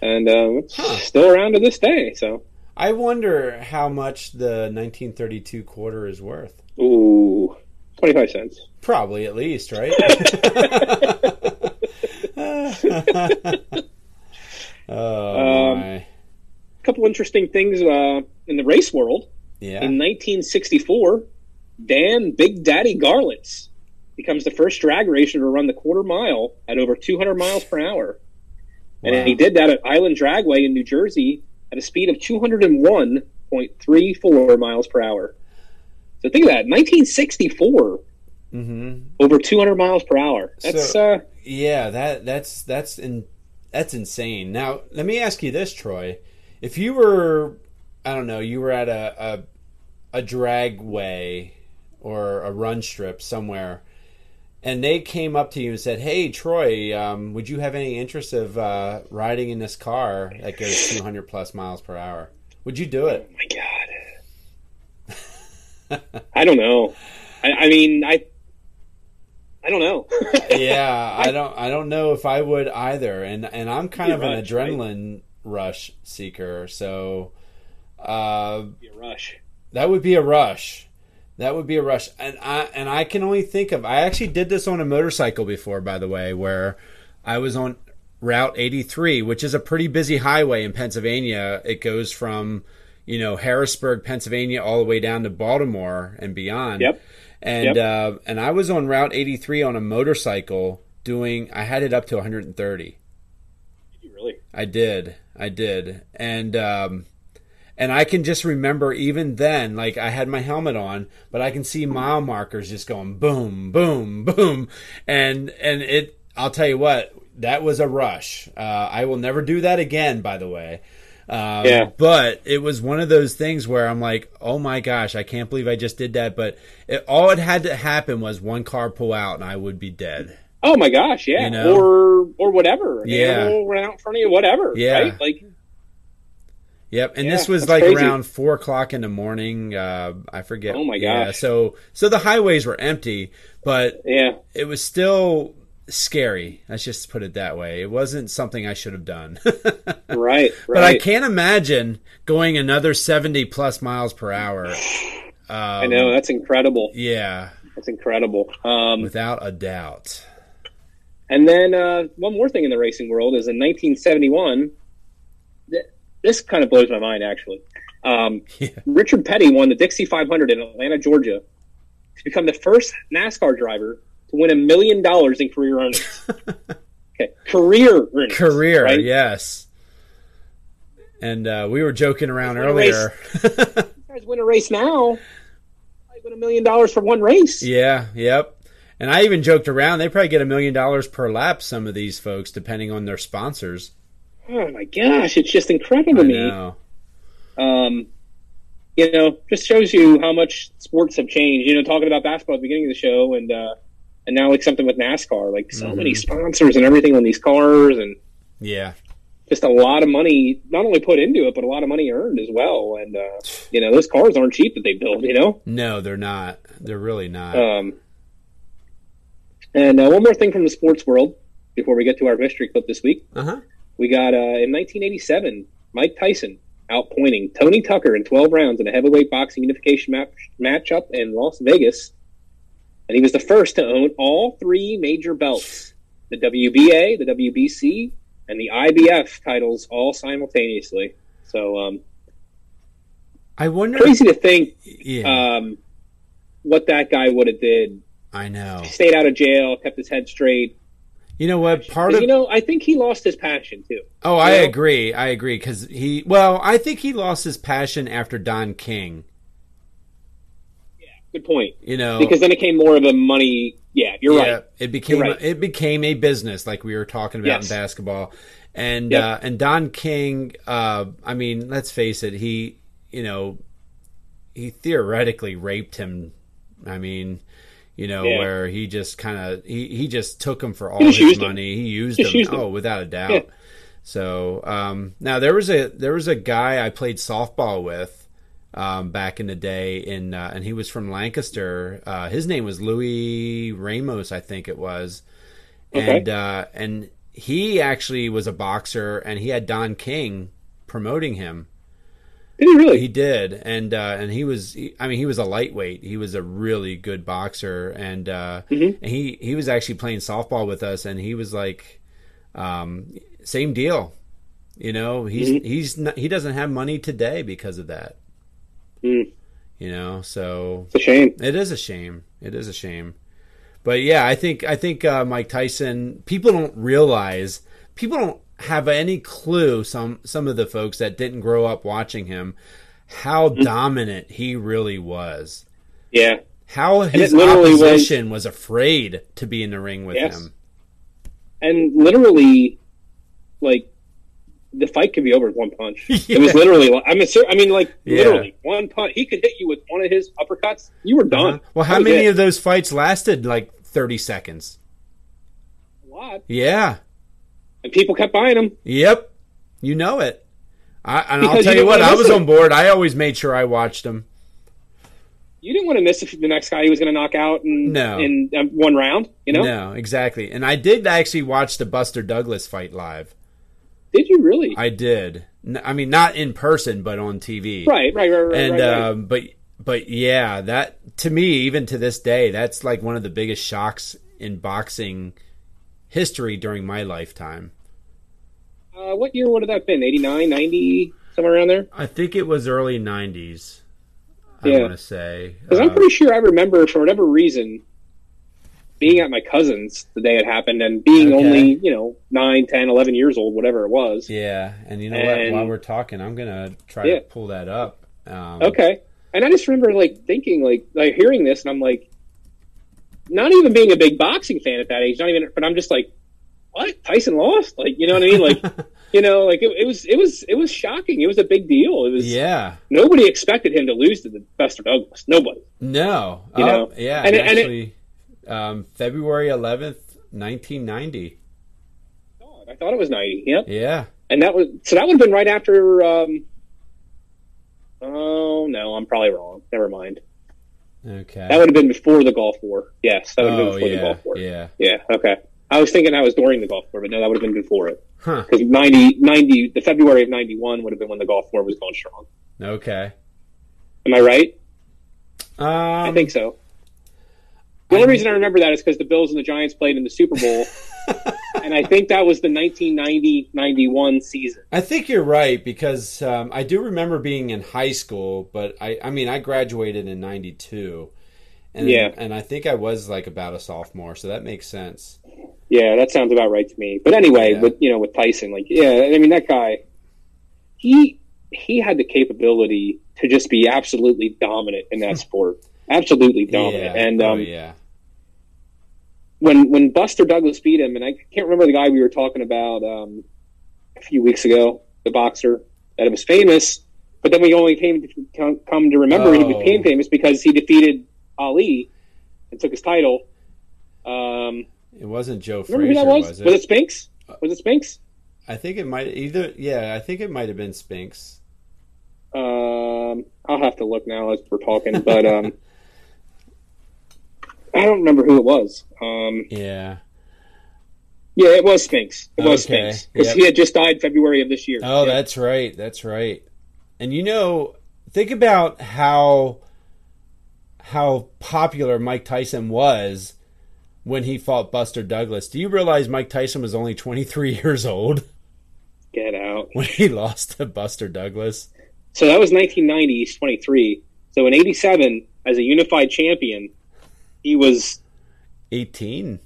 [SPEAKER 4] and uh, it's
[SPEAKER 3] Huh.
[SPEAKER 4] still around to this day. So,
[SPEAKER 3] I wonder how much the 1932 quarter is worth.
[SPEAKER 4] ooh, 25 cents.
[SPEAKER 3] Probably at least, right? oh
[SPEAKER 4] Um,
[SPEAKER 3] my.
[SPEAKER 4] A couple interesting things uh, in the race world. In
[SPEAKER 3] Yeah.
[SPEAKER 4] 1964, Dan Big Daddy Garlitz becomes the first drag racer to run the quarter mile at over 200 miles per hour.
[SPEAKER 3] Wow.
[SPEAKER 4] And he did that at Island Dragway in New Jersey at a speed of 201.34 miles per hour. So think of that, 1964,
[SPEAKER 3] Mm-hmm.
[SPEAKER 4] over 200 miles per hour. That's
[SPEAKER 3] So-
[SPEAKER 4] uh,
[SPEAKER 3] Yeah, that that's that's in that's insane. Now, let me ask you this, Troy. If you were I don't know, you were at a a, a dragway or a run strip somewhere and they came up to you and said, "Hey, Troy, um, would you have any interest of uh, riding in this car that goes 200 plus miles per hour? Would you do it?"
[SPEAKER 4] my god i don't know i, I mean i i don't know
[SPEAKER 3] yeah, I don't I don't know if I would either. And and I'm kind
[SPEAKER 4] Be
[SPEAKER 3] of an
[SPEAKER 4] rushed, right?
[SPEAKER 3] adrenaline rush seeker, so uh,
[SPEAKER 4] Be a rush
[SPEAKER 3] that would be a rush. That would be a rush. And I and I can only think of I actually did this on a motorcycle before, by the way, where I was on Route 83, which is a pretty busy highway in Pennsylvania. It goes from, you know, Harrisburg, Pennsylvania all the way down to Baltimore and beyond
[SPEAKER 4] yep
[SPEAKER 3] and uh, and I was on Route 83 on a motorcycle doing. I had it up to 130.
[SPEAKER 4] You really
[SPEAKER 3] I did, I did, and um, and I can just remember even then, like I had my helmet on, but I can see mile markers just going boom, boom, boom, and and it. I'll tell you what, that was a rush. Uh, I will never do that again. By the way. Um,
[SPEAKER 4] Yeah.
[SPEAKER 3] But it was one of those things where I'm like, oh my gosh, I can't believe I just did that. But it, all it had to happen was one car pull out and I would be dead.
[SPEAKER 4] Oh my gosh, yeah,
[SPEAKER 3] You know?
[SPEAKER 4] or or whatever. An
[SPEAKER 3] Yeah.
[SPEAKER 4] animal ran out in front of you, whatever.
[SPEAKER 3] Yeah.
[SPEAKER 4] right? like
[SPEAKER 3] Yep, and
[SPEAKER 4] Yeah,
[SPEAKER 3] this was
[SPEAKER 4] that's
[SPEAKER 3] like
[SPEAKER 4] crazy.
[SPEAKER 3] around four o'clock in the morning. Uh, I forget.
[SPEAKER 4] Oh my
[SPEAKER 3] Yeah,
[SPEAKER 4] gosh.
[SPEAKER 3] so so the highways were empty, but
[SPEAKER 4] yeah,
[SPEAKER 3] it was still scary. Let's just put it that way. It wasn't something I should have done.
[SPEAKER 4] right, right.
[SPEAKER 3] But I can't imagine going another seventy plus miles per hour. Um,
[SPEAKER 4] I know that's incredible.
[SPEAKER 3] Yeah,
[SPEAKER 4] That's incredible. Um,
[SPEAKER 3] without a doubt.
[SPEAKER 4] and then uh, one more thing in the racing world is in 1971. Th- this kind of blows my mind, actually. Um,
[SPEAKER 3] Yeah.
[SPEAKER 4] Richard Petty won the Dixie 500 in Atlanta, Georgia, to become the first NASCAR driver to win a million dollars in career earnings. okay, career earnings.
[SPEAKER 3] Career,
[SPEAKER 4] right?
[SPEAKER 3] yes. And uh, we were joking around
[SPEAKER 4] Win a race.
[SPEAKER 3] earlier.
[SPEAKER 4] You guys win a race now. I win a million dollars for one race.
[SPEAKER 3] Yeah, yep. And I even joked around. They probably get a million dollars per lap. Some of these folks, depending on their sponsors.
[SPEAKER 4] Oh my gosh, it's just incredible
[SPEAKER 3] I
[SPEAKER 4] to me.
[SPEAKER 3] know.
[SPEAKER 4] um, you know, just shows you how much sports have changed. You know, talking about basketball at the beginning of the show, and uh, and now like something with NASCAR, like so many sponsors and everything on these cars, and
[SPEAKER 3] Yeah,
[SPEAKER 4] just a lot of money not only put into it, but a lot of money earned as well. And uh, you know, those cars aren't cheap that they build. You know,
[SPEAKER 3] no, they're not. They're really not.
[SPEAKER 4] um, and uh, one more thing from the sports world before we get to our mystery clip this week,
[SPEAKER 3] Uh huh.
[SPEAKER 4] we got uh, in 1987 Mike Tyson outpointing Tony Tucker in 12 rounds in a heavyweight boxing unification match matchup in Las Vegas, and he was the first to own all three major belts: the WBA, the WBC, and the IBF titles all simultaneously. So um,
[SPEAKER 3] I wonder.
[SPEAKER 4] crazy to think
[SPEAKER 3] Yeah,
[SPEAKER 4] um, what that guy would have did.
[SPEAKER 3] I know.
[SPEAKER 4] Stayed out of jail, kept his head straight.
[SPEAKER 3] You know what? Part
[SPEAKER 4] But,
[SPEAKER 3] of
[SPEAKER 4] you know, I think he lost his passion too.
[SPEAKER 3] oh, I
[SPEAKER 4] you know-
[SPEAKER 3] agree. I agree because he. Well, I think he lost his passion after Don King.
[SPEAKER 4] Good point.
[SPEAKER 3] You know,
[SPEAKER 4] Because then it came more of a money. Yeah, you're
[SPEAKER 3] Oh. Yeah,
[SPEAKER 4] right.
[SPEAKER 3] It became
[SPEAKER 4] You're right.
[SPEAKER 3] it became a business, like we were talking about
[SPEAKER 4] Yes.
[SPEAKER 3] in basketball, and
[SPEAKER 4] Yep.
[SPEAKER 3] uh, and Don King. Uh, I mean, let's face it. He you know he theoretically raped him. I mean, you know
[SPEAKER 4] Yeah.
[SPEAKER 3] where he just kind of he, he just took him for all
[SPEAKER 4] just
[SPEAKER 3] his
[SPEAKER 4] used him.
[SPEAKER 3] money. He used
[SPEAKER 4] Just
[SPEAKER 3] him.
[SPEAKER 4] used him.
[SPEAKER 3] Oh, without a doubt.
[SPEAKER 4] Yeah.
[SPEAKER 3] So um, now there was a there was a guy I played softball with um, back in the day, in, uh, and he was from Lancaster. Uh, his name was Louis Ramos, I think it was,
[SPEAKER 4] Okay.
[SPEAKER 3] and uh, and he actually was a boxer, and he had Don King promoting him.
[SPEAKER 4] Did he really?
[SPEAKER 3] He did, and uh, and he was. he- I mean, he was a lightweight. He was a really good boxer, and uh,
[SPEAKER 4] Mm-hmm.
[SPEAKER 3] and he he was actually playing softball with us, and he was like, um, same deal. You know, he's
[SPEAKER 4] Mm-hmm.
[SPEAKER 3] he's not, he doesn't have money today because of that.
[SPEAKER 4] Mm.
[SPEAKER 3] You know, so
[SPEAKER 4] It's a shame.
[SPEAKER 3] it is a shame. It is a shame. But yeah, I think I think uh, Mike Tyson. People don't realize. People don't have any clue. Some some of the folks that didn't grow up watching him, how
[SPEAKER 4] Mm-hmm.
[SPEAKER 3] dominant he really was.
[SPEAKER 4] Yeah.
[SPEAKER 3] How his
[SPEAKER 4] it literally was-
[SPEAKER 3] opposition was, afraid to be in the ring with
[SPEAKER 4] Yes.
[SPEAKER 3] him.
[SPEAKER 4] And literally, like, the fight could be over with one punch. It was literally, like- I'm assur- I mean, like,
[SPEAKER 3] Yeah.
[SPEAKER 4] literally, one punch. He could hit you with one of his uppercuts. You were done.
[SPEAKER 3] Uh-huh. Well, how
[SPEAKER 4] That was
[SPEAKER 3] many
[SPEAKER 4] it.
[SPEAKER 3] of those fights lasted like thirty seconds?
[SPEAKER 4] A lot.
[SPEAKER 3] Yeah.
[SPEAKER 4] And people kept buying them.
[SPEAKER 3] Yep. You know it. I, and I'll
[SPEAKER 4] Because
[SPEAKER 3] tell
[SPEAKER 4] you
[SPEAKER 3] you,
[SPEAKER 4] didn't
[SPEAKER 3] what,
[SPEAKER 4] wanna
[SPEAKER 3] I
[SPEAKER 4] miss
[SPEAKER 3] was
[SPEAKER 4] it.
[SPEAKER 3] on board. I always made sure I watched him.
[SPEAKER 4] You didn't want to miss if the next guy he was going to knock out in,
[SPEAKER 3] No.
[SPEAKER 4] in um, one round, you know?
[SPEAKER 3] No, exactly. And I did actually watch the Buster Douglas fight live.
[SPEAKER 4] Did you really?
[SPEAKER 3] I did. N- I mean, not in person, but on TV.
[SPEAKER 4] right, right, right, right.
[SPEAKER 3] And
[SPEAKER 4] right, right.
[SPEAKER 3] um, but but yeah, that to me, even to this day, that's like one of the biggest shocks in boxing history during my lifetime.
[SPEAKER 4] uh, what year would have that been? 89, 90, somewhere around there?
[SPEAKER 3] I think it was early '90s. I
[SPEAKER 4] Yeah.
[SPEAKER 3] want to say.
[SPEAKER 4] Because
[SPEAKER 3] Uh,
[SPEAKER 4] I'm pretty sure I remember, for whatever reason, being at my cousin's the day it happened and being
[SPEAKER 3] Okay.
[SPEAKER 4] only, you know, 9, 10, 11 years old, whatever it was.
[SPEAKER 3] yeah, and you know
[SPEAKER 4] And-
[SPEAKER 3] what? While we're talking, I'm gonna try
[SPEAKER 4] Yeah.
[SPEAKER 3] to pull that up. Um,
[SPEAKER 4] Okay. And I just remember, like, thinking, like, like, hearing this, and I'm like, not even being a big boxing fan at that age, not even, but I'm just like, what? Tyson lost? Like, you know what I mean? Like, you know, like, it, it was, it was, it was shocking. It was a big deal. It was,
[SPEAKER 3] Yeah.
[SPEAKER 4] nobody expected him to lose to the Buster Douglas. Nobody.
[SPEAKER 3] No.
[SPEAKER 4] You
[SPEAKER 3] Oh,
[SPEAKER 4] know?
[SPEAKER 3] yeah.
[SPEAKER 4] And it- and it-
[SPEAKER 3] actually, um, February 11th, 1990.
[SPEAKER 4] God, I thought it was ninety. Yep.
[SPEAKER 3] Yeah.
[SPEAKER 4] And that was so that would have been right after. Um, oh no, I'm probably wrong. Never mind.
[SPEAKER 3] Okay.
[SPEAKER 4] That would have been before the Gulf War. Yes, that would have
[SPEAKER 3] oh
[SPEAKER 4] been before
[SPEAKER 3] yeah.
[SPEAKER 4] the Gulf War.
[SPEAKER 3] Yeah.
[SPEAKER 4] Yeah, okay. I was thinking I was during the Gulf War, but no, that would have been before it.
[SPEAKER 3] Huh.
[SPEAKER 4] Because 90, 90, the February of 91 would have been when the Gulf War was going strong.
[SPEAKER 3] Okay.
[SPEAKER 4] Am I right?
[SPEAKER 3] Um,
[SPEAKER 4] I think so. The only reason I remember that is because the Bills and the Giants played in the Super Bowl. and I think that was the 1990 91 season.
[SPEAKER 3] I think you're right because um, I do remember being in high school, but I, I mean, I graduated in '92, and
[SPEAKER 4] Yeah.
[SPEAKER 3] and I think I was like about a sophomore, so that makes sense.
[SPEAKER 4] Yeah, that sounds about right to me. But anyway,
[SPEAKER 3] Yeah.
[SPEAKER 4] with you know, with Tyson, like yeah, I mean that guy, he he had the capability to just be absolutely dominant in that sport, absolutely dominant.
[SPEAKER 3] Yeah.
[SPEAKER 4] And
[SPEAKER 3] oh
[SPEAKER 4] um,
[SPEAKER 3] yeah,
[SPEAKER 4] when when Buster Douglas beat him, and I can't remember the guy we were talking about um, a few weeks ago, the boxer that was famous, but then we only came to come- come to remember he
[SPEAKER 3] Oh.
[SPEAKER 4] became famous because he defeated Ali and took his title. Um,
[SPEAKER 3] it wasn't Joe Frazier,
[SPEAKER 4] remember who that was?
[SPEAKER 3] was it? Uh,
[SPEAKER 4] was it Spinks? Was it Spinks?
[SPEAKER 3] I think it might either. Yeah, I think it might have been Spinks.
[SPEAKER 4] Um, I'll have to look now as we're talking, but um, I don't remember who it was. Um,
[SPEAKER 3] Yeah.
[SPEAKER 4] yeah, it was Spinks. It was
[SPEAKER 3] Okay,
[SPEAKER 4] Spinks because
[SPEAKER 3] yep.
[SPEAKER 4] he had just died February of this year.
[SPEAKER 3] Oh,
[SPEAKER 4] Yeah.
[SPEAKER 3] that's right. That's right. And you know, think about how how popular Mike Tyson was when he fought Buster Douglas. Do you realize Mike Tyson was only 23 years old
[SPEAKER 4] get out.
[SPEAKER 3] when he lost to Buster Douglas?
[SPEAKER 4] So that was 1990. He's 23. So in '87, as a unified champion, he was
[SPEAKER 3] 18.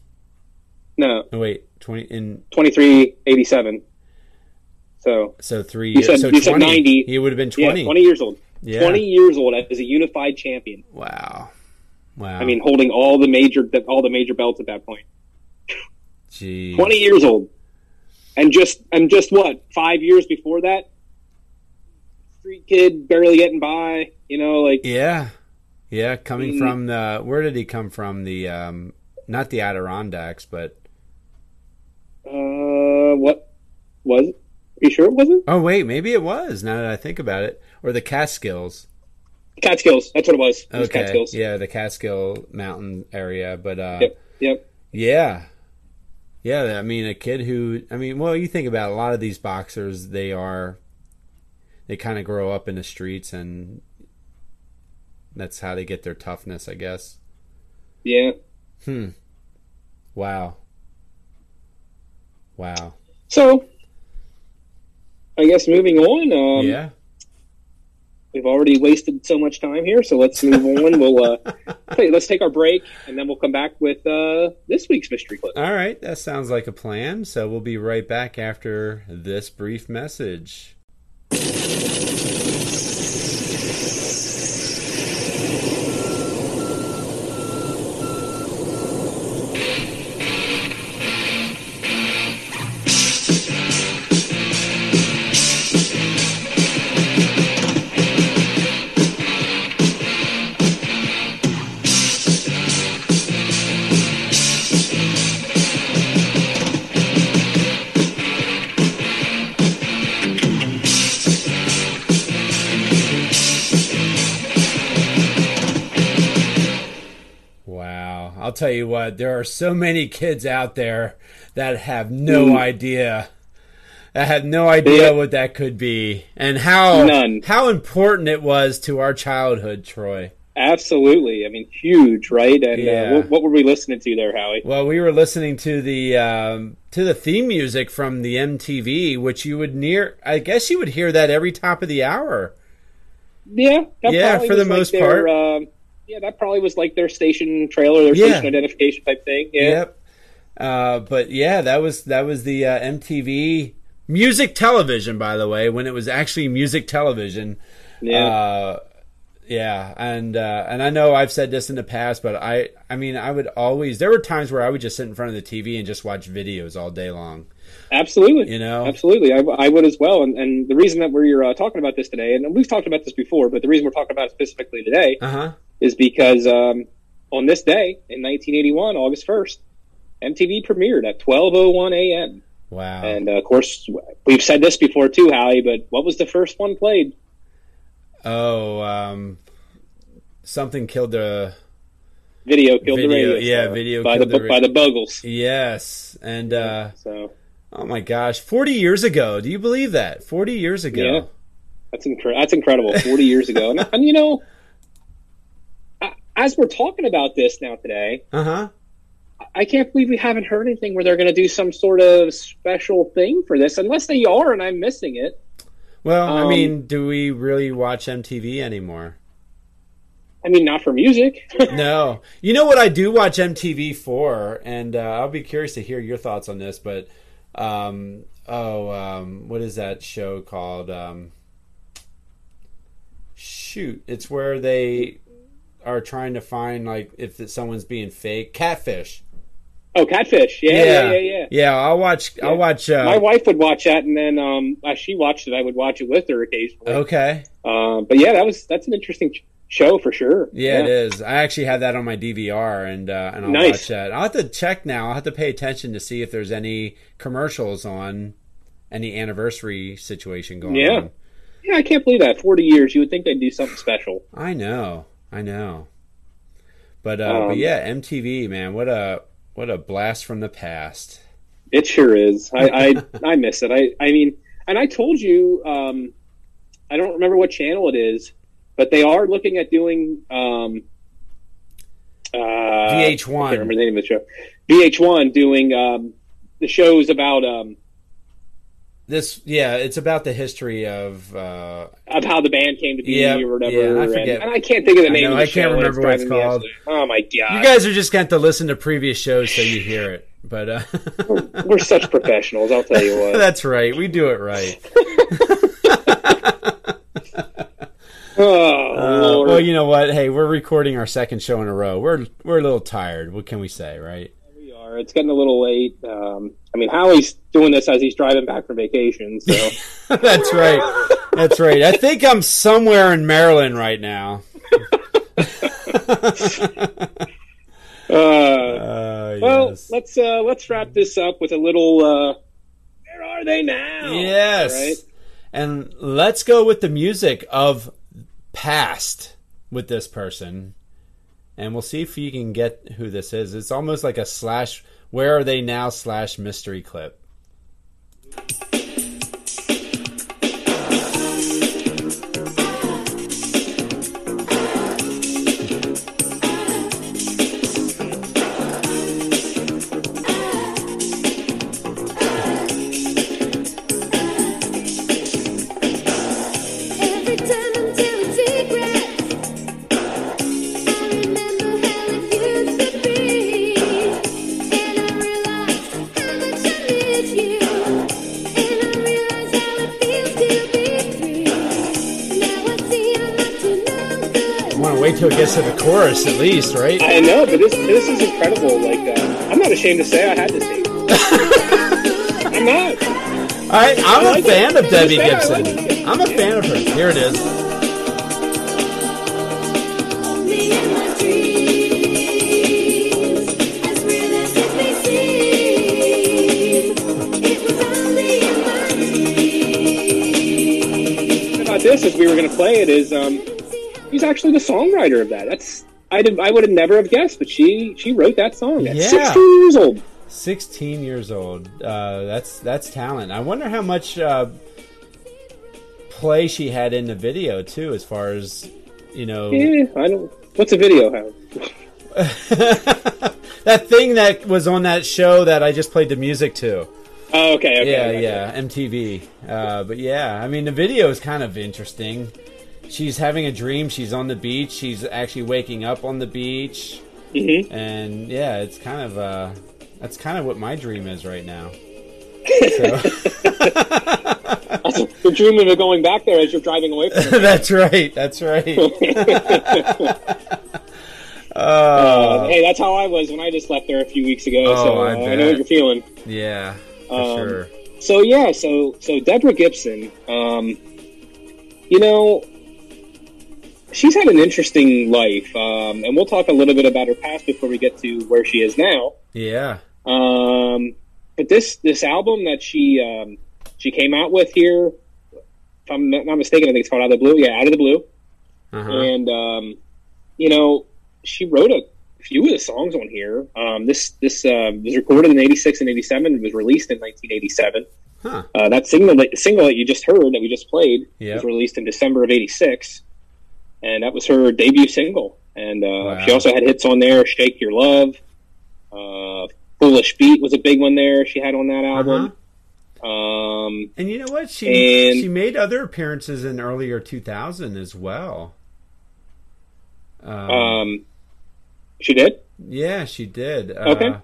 [SPEAKER 4] no
[SPEAKER 3] No, Oh, wait, 20 in
[SPEAKER 4] 23, 87. So
[SPEAKER 3] so 3
[SPEAKER 4] You
[SPEAKER 3] years.
[SPEAKER 4] said-
[SPEAKER 3] so
[SPEAKER 4] you said
[SPEAKER 3] 20.
[SPEAKER 4] 90.
[SPEAKER 3] He would have been
[SPEAKER 4] yeah,
[SPEAKER 3] 20.
[SPEAKER 4] 20, years old.
[SPEAKER 3] Yeah.
[SPEAKER 4] 20 years old as a unified champion.
[SPEAKER 3] Wow. Wow.
[SPEAKER 4] I mean, holding all the major all the major belts at that point.
[SPEAKER 3] Jeez.
[SPEAKER 4] 20 years old and just and just what five years before that street kid barely getting by you know like
[SPEAKER 3] Yeah. Yeah, coming
[SPEAKER 4] Mm.
[SPEAKER 3] from the where did he come from? The um not the Adirondacks, but
[SPEAKER 4] uh what was it you sure it wasn't
[SPEAKER 3] Oh wait, maybe it was. Now that I think about it, or the Catskills.
[SPEAKER 4] catskills that's what it was, it was
[SPEAKER 3] Okay,
[SPEAKER 4] catskills
[SPEAKER 3] yeah, the Catskill Mountain area. But uh,
[SPEAKER 4] Yep. yep
[SPEAKER 3] yeah, yeah. I mean, a kid who, I mean, well, you think about it, a lot of these boxers. They are, they kind of grow up in the streets, and that's how they get their toughness, I guess.
[SPEAKER 4] yeah
[SPEAKER 3] Hmm. Wow. Wow.
[SPEAKER 4] so i guess moving on um
[SPEAKER 3] yeah.
[SPEAKER 4] we've already wasted so much time here so let's move on we'll uh play, let's take our break and then we'll come back with uh this week's mystery clip
[SPEAKER 3] All right, that sounds like a plan. So we'll be right back after this brief message. Wow. I'll tell you what, there are so many kids out there that have no idea. That have no idea
[SPEAKER 4] Hmm. Yeah.
[SPEAKER 3] what that could be and how
[SPEAKER 4] None.
[SPEAKER 3] how important it was to our childhood, Troy.
[SPEAKER 4] Absolutely. I mean, huge, right? And
[SPEAKER 3] Yeah.
[SPEAKER 4] uh, what, what were we listening to there, Howie?
[SPEAKER 3] Well, we were listening to the um, to the theme music from the MTV, which you would near I guess you would hear that every top of the hour.
[SPEAKER 4] Yeah. that
[SPEAKER 3] Yeah,
[SPEAKER 4] probably
[SPEAKER 3] for the
[SPEAKER 4] was
[SPEAKER 3] most
[SPEAKER 4] their, um, yeah, that probably was like their station trailer, their
[SPEAKER 3] Yeah.
[SPEAKER 4] station identification type thing. Yeah.
[SPEAKER 3] Yep. Uh, but yeah, that was that was the uh, MTV music television, by the way, when it was actually music television.
[SPEAKER 4] Yeah.
[SPEAKER 3] Uh, yeah, and uh, and I know I've said this in the past, but I I mean I would always there were times where I would just sit in front of the TV and just watch videos all day long.
[SPEAKER 4] Absolutely.
[SPEAKER 3] You know?
[SPEAKER 4] Absolutely. I, I would as well. And, and the reason that we're uh, talking about this today, and we've talked about this before, but the reason we're talking about it specifically today
[SPEAKER 3] Uh huh.
[SPEAKER 4] is because um, on this day in 1981, August 1st, MTV premiered at 12:01 a.m.
[SPEAKER 3] Wow.
[SPEAKER 4] And uh, of course, we've said this before too, Howie. But what was the first one played?
[SPEAKER 3] oh, um, something killed the.
[SPEAKER 4] Video killed the
[SPEAKER 3] Video,
[SPEAKER 4] radio.
[SPEAKER 3] yeah,
[SPEAKER 4] star
[SPEAKER 3] Video
[SPEAKER 4] by the,
[SPEAKER 3] Killed the Ra-
[SPEAKER 4] by the Bogles.
[SPEAKER 3] Yes, and uh,
[SPEAKER 4] So
[SPEAKER 3] oh my gosh, forty years ago. Do you believe that? Forty years ago.
[SPEAKER 4] Yeah. That's incre- that's incredible. Forty years ago, and, and you know, a- as we're talking about this now today,
[SPEAKER 3] Uh huh.
[SPEAKER 4] I can't believe we haven't heard anything where they're going to do some sort of special thing for this, unless they are, and I'm missing it.
[SPEAKER 3] Well, I
[SPEAKER 4] Um,
[SPEAKER 3] mean, do we really watch MTV anymore?
[SPEAKER 4] I mean, not for music.
[SPEAKER 3] No. You know what I do watch MTV for, and uh, I'll be curious to hear your thoughts on this. But um, oh, um, what is that show called? Um, shoot, it's where they are trying to find like if it- someone's being fake. Catfish.
[SPEAKER 4] oh, Catfish. Yeah, yeah, yeah, yeah.
[SPEAKER 3] I'll watch. I'll watch. Uh,
[SPEAKER 4] My wife would watch that, and then um, as she watched it, I would watch it with her occasionally.
[SPEAKER 3] okay.
[SPEAKER 4] Um, but yeah, that was that's an interesting ch- show for sure.
[SPEAKER 3] Yeah, it is. I actually have that on my DVR, and uh, and I'll
[SPEAKER 4] Nice.
[SPEAKER 3] watch that. I'll have to check now. I'll have to pay attention to see if there's any commercials on any anniversary situation going
[SPEAKER 4] Yeah.
[SPEAKER 3] on.
[SPEAKER 4] yeah, I can't believe that. Forty years, you would think they'd do something special.
[SPEAKER 3] I know, I know. But uh,
[SPEAKER 4] Um,
[SPEAKER 3] but yeah, MTV man, what a what a blast from the past.
[SPEAKER 4] It sure is. I I, I miss it. I I mean, and I told you, um, I don't remember what channel it is, but they are looking at doing um, uh, I can't remember
[SPEAKER 3] VH1.
[SPEAKER 4] the name of the show. VH1 doing um, the shows about um,
[SPEAKER 3] This yeah, it's about the history of. Uh,
[SPEAKER 4] of how the band came to be
[SPEAKER 3] Yeah,
[SPEAKER 4] or whatever.
[SPEAKER 3] yeah, I
[SPEAKER 4] and-
[SPEAKER 3] forget.
[SPEAKER 4] And, I can't think of the
[SPEAKER 3] I
[SPEAKER 4] name.
[SPEAKER 3] know,
[SPEAKER 4] of the
[SPEAKER 3] I can't
[SPEAKER 4] show, and
[SPEAKER 3] remember what it's
[SPEAKER 4] driving me
[SPEAKER 3] called.
[SPEAKER 4] absolutely- Oh my
[SPEAKER 3] you
[SPEAKER 4] god,
[SPEAKER 3] guys are just going to listen to previous shows so you hear it. But uh,
[SPEAKER 4] Oh, we're such professionals. I'll tell you what.
[SPEAKER 3] that's right, we do it right.
[SPEAKER 4] Oh
[SPEAKER 3] Uh,
[SPEAKER 4] Lord.
[SPEAKER 3] well, you know what? Hey, we're recording our second show in a row. We're we're a little tired. What can we say, right?
[SPEAKER 4] We are. It's getting a little late. Um, I mean, Howie's doing this as he's driving back from vacation, so
[SPEAKER 3] That's right. That's right. I think I'm somewhere in Maryland right now.
[SPEAKER 4] uh,
[SPEAKER 3] Uh,
[SPEAKER 4] well,
[SPEAKER 3] yes.
[SPEAKER 4] let's uh, let's wrap this up with a little. Uh, where are they now?
[SPEAKER 3] yes.
[SPEAKER 4] Right.
[SPEAKER 3] And let's go with the music of past with this person. And we'll see if you can get who this is. It's almost like a slash where are they now slash mystery clip.
[SPEAKER 6] Every time I'm telling secrets, I remember how it used to be, and I realize how much I miss you, and I realize how it feels to be free. Now I see I'm up to no good.
[SPEAKER 3] I want to wait till it gets to the chorus at least, right?
[SPEAKER 4] I know, but this this is incredible. Like, uh, I'm not ashamed to say I had this. Tape. I'm not.
[SPEAKER 3] All right, I'm
[SPEAKER 4] like
[SPEAKER 3] a fan
[SPEAKER 4] it.
[SPEAKER 3] of Debbie
[SPEAKER 4] Yeah, I
[SPEAKER 3] Gibson.
[SPEAKER 4] like it.
[SPEAKER 3] I'm a fan of her. Here it is.
[SPEAKER 6] Me and my dreams, as real as it may seem, it was only in my
[SPEAKER 4] The thing about this is we were going to play it. Is um, he's actually the songwriter of that. That's I did I would have never have guessed, but she she wrote that song at
[SPEAKER 3] Yeah.
[SPEAKER 4] 16 years old.
[SPEAKER 3] 16 years old. Uh, that's that's talent. I wonder how much uh, play she had in the video too, as far as you know.
[SPEAKER 4] Yeah, I don't. What's a video? Howard?
[SPEAKER 3] that thing that was on that show that I just played the music to.
[SPEAKER 4] Oh, okay, okay.
[SPEAKER 3] yeah,
[SPEAKER 4] okay.
[SPEAKER 3] yeah, MTV. Uh, but yeah, I mean, the video is kind of interesting. She's having a dream. She's on the beach. She's actually waking up on the beach.
[SPEAKER 4] Mhm.
[SPEAKER 3] And yeah, it's kind of uh, that's kind of what my dream is right now. So,
[SPEAKER 4] You're dreaming of going back there as you're driving away from it.
[SPEAKER 3] that's right. That's right.
[SPEAKER 4] Uh,
[SPEAKER 3] uh,
[SPEAKER 4] hey, that's how I was when I just left there a few weeks ago.
[SPEAKER 3] Oh,
[SPEAKER 4] so uh,
[SPEAKER 3] I
[SPEAKER 4] I,
[SPEAKER 3] bet.
[SPEAKER 4] know what you're feeling.
[SPEAKER 3] yeah, for
[SPEAKER 4] um,
[SPEAKER 3] sure.
[SPEAKER 4] So yeah, so so Deborah Gibson, um, you know, she's had an interesting life, um, and we'll talk a little bit about her past before we get to where she is now.
[SPEAKER 3] Yeah.
[SPEAKER 4] Um, but this this album that she um, she came out with here, if I'm not mistaken, I think it's called Out of the Blue. Yeah, Out of the Blue.
[SPEAKER 3] Uh-huh.
[SPEAKER 4] And um, you know, she wrote a few of the songs on here. Um, this this uh, was recorded in '86 and '87. It was released in 1987.
[SPEAKER 3] Huh.
[SPEAKER 4] Uh, that single that, single that you just heard that we just played
[SPEAKER 3] Yep.
[SPEAKER 4] was released in December of '86, and that was her debut single. And uh,
[SPEAKER 3] Wow.
[SPEAKER 4] she also had hits on there, "Shake Your Love," uh, "Foolish Beat" was a big one there. She had on that
[SPEAKER 3] Uh-huh.
[SPEAKER 4] album. Um,
[SPEAKER 3] And you know what? She
[SPEAKER 4] And-
[SPEAKER 3] she made other appearances in earlier 2000 as well. Um,
[SPEAKER 4] um, she did.
[SPEAKER 3] yeah, she did. Uh,
[SPEAKER 4] Okay.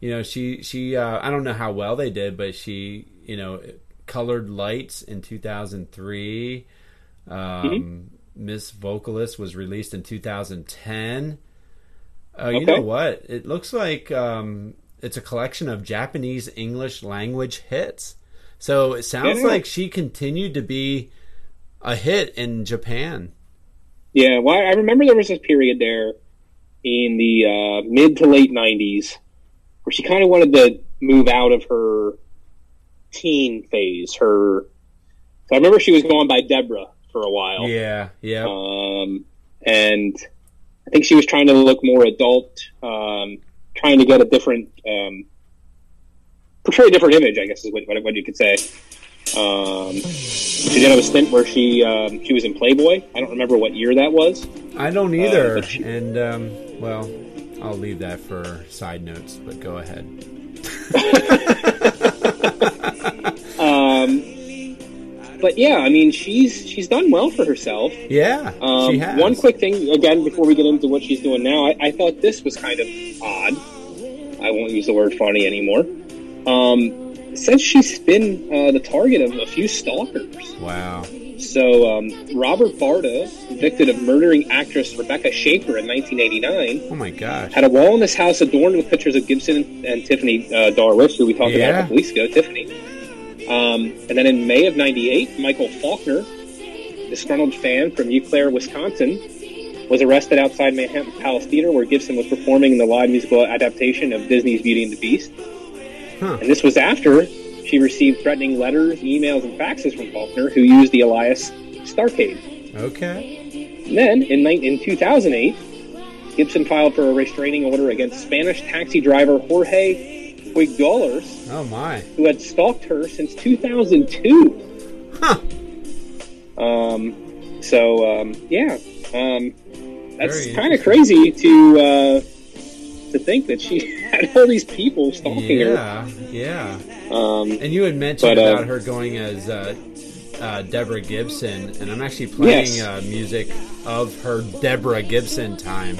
[SPEAKER 3] You know, she she uh, I don't know how well they did, but she you know colored lights in 2003. Um,
[SPEAKER 4] Mm-hmm.
[SPEAKER 3] Miss Vocalist was released in 2010. Uh, You
[SPEAKER 4] Okay.
[SPEAKER 3] know what? It looks like um, it's a collection of Japanese English language hits. So it sounds
[SPEAKER 4] Yeah.
[SPEAKER 3] like she continued to be a hit in Japan.
[SPEAKER 4] Yeah, well, I remember there was this period there in the uh, mid to late '90s where she kind of wanted to move out of her teen phase. Her, so I remember she was going by Deborah for a while,
[SPEAKER 3] Yeah, yeah.
[SPEAKER 4] um, and I think she was trying to look more adult, um, trying to get a different, um, portray a different image. I guess is what, what, what you could say. Um, she did have a stint where she um, she was in Playboy. I don't remember what year that was.
[SPEAKER 3] I don't either.
[SPEAKER 4] Uh, but she-
[SPEAKER 3] and um, well, I'll leave that for side notes. But go ahead.
[SPEAKER 4] Um, but yeah, I mean, she's she's done well for herself.
[SPEAKER 3] Yeah,
[SPEAKER 4] Um,
[SPEAKER 3] she has
[SPEAKER 4] One quick thing again before we get into what she's doing now. I, I thought this was kind of odd. I won't use the word funny anymore. Um, says she's been uh, the target of a few stalkers.
[SPEAKER 3] Wow.
[SPEAKER 4] So um, Robert Barta, convicted of murdering actress Rebecca Shaker in 1989,
[SPEAKER 3] Oh my gosh.
[SPEAKER 4] had a wall in his house adorned with pictures of Gibson and Tiffany uh, Darwish, who we talked about a
[SPEAKER 3] Yeah.
[SPEAKER 4] couple weeks ago, Tiffany. Um, and then in May of 98, Michael Faulkner, disgruntled fan from Eau Claire, Wisconsin, was arrested outside Manhattan Palace Theater where Gibson was performing in the live musical adaptation of Disney's Beauty and the Beast.
[SPEAKER 3] Huh.
[SPEAKER 4] And this was after she received threatening letters, emails, and faxes from Faulkner, who used the alias Starcade.
[SPEAKER 3] Okay.
[SPEAKER 4] And Then, in, nine- in 2008, Gibson filed for a restraining order against Spanish taxi driver Jorge Huigolas,
[SPEAKER 3] Oh my.
[SPEAKER 4] who had stalked her since 2002.
[SPEAKER 3] Huh.
[SPEAKER 4] Um, so, um, yeah, um, that's
[SPEAKER 3] Very
[SPEAKER 4] kind of crazy to uh, to think that she had all these people stalking
[SPEAKER 3] Yeah. Yeah.
[SPEAKER 4] her. Um,
[SPEAKER 3] And you had mentioned
[SPEAKER 4] But, uh,
[SPEAKER 3] about her going as uh, uh, Deborah Gibson, and I'm actually playing
[SPEAKER 4] Yes.
[SPEAKER 3] uh, music of her Deborah Gibson time.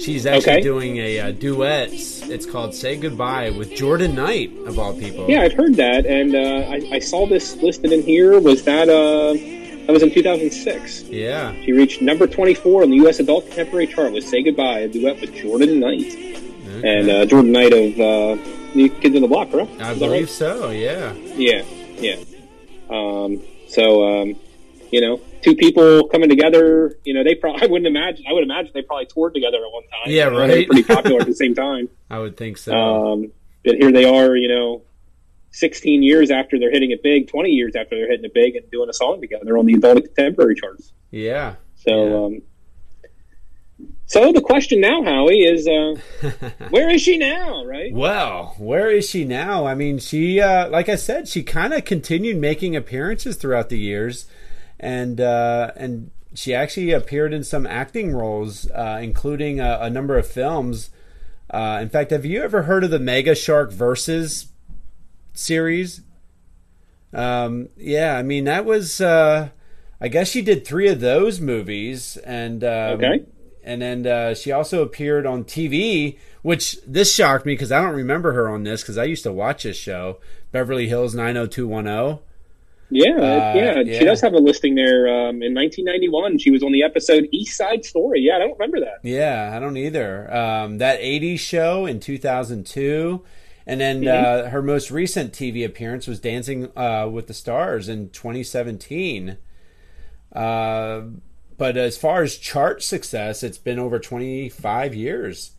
[SPEAKER 3] She's actually
[SPEAKER 4] Okay.
[SPEAKER 3] doing a uh, duet. It's called "Say Goodbye" with Jordan Knight, of all people.
[SPEAKER 4] yeah, I've heard that, and uh, I, I saw this listed in here. Was that uh, that was in 2006?
[SPEAKER 3] Yeah.
[SPEAKER 4] She reached number 24 on the U.S. Adult Contemporary chart with "Say Goodbye," a duet with Jordan Knight
[SPEAKER 3] Okay.
[SPEAKER 4] and uh, Jordan Knight of uh, New Kids on the Block, correct?
[SPEAKER 3] I
[SPEAKER 4] Is that
[SPEAKER 3] believe
[SPEAKER 4] right?
[SPEAKER 3] so. Yeah.
[SPEAKER 4] Yeah, yeah. Um, so um, you know, two people coming together. You know, they probably I wouldn't imagine. I would imagine they probably toured together at one time.
[SPEAKER 3] Yeah,
[SPEAKER 4] You know,
[SPEAKER 3] right.
[SPEAKER 4] They were pretty popular at the same time.
[SPEAKER 3] I would think so.
[SPEAKER 4] Um, but here they are. You know. 16 years after they're hitting it big, 20 years after they're hitting it big and doing a song together on the adult and contemporary charts.
[SPEAKER 3] yeah.
[SPEAKER 4] So,
[SPEAKER 3] Yeah.
[SPEAKER 4] um, so the question now, Howie, is uh, where is she now? Right?
[SPEAKER 3] Well, where is she now? I mean, she, uh, like I said, she kind of continued making appearances throughout the years, and uh, and she actually appeared in some acting roles, uh, including a, a number of films. Uh, in fact, have you ever heard of the Mega Shark Versus series? Um, yeah, I mean that was. Uh, I guess she did three of those movies, and um,
[SPEAKER 4] Okay.
[SPEAKER 3] and then uh, she also appeared on TV, which this shocked me because I don't remember her on this because I used to watch this show, Beverly Hills 90210.
[SPEAKER 4] Yeah,
[SPEAKER 3] Uh,
[SPEAKER 4] yeah,
[SPEAKER 3] yeah.
[SPEAKER 4] She does have a listing there. Um, in 1991, she was on the episode East Side Story. Yeah, I don't remember that.
[SPEAKER 3] Yeah, I don't either. Um, that 80s show in 2002. And then uh, her most recent TV appearance was Dancing uh, with the Stars in 2017. Uh, but as far as chart success, it's been over 25 years.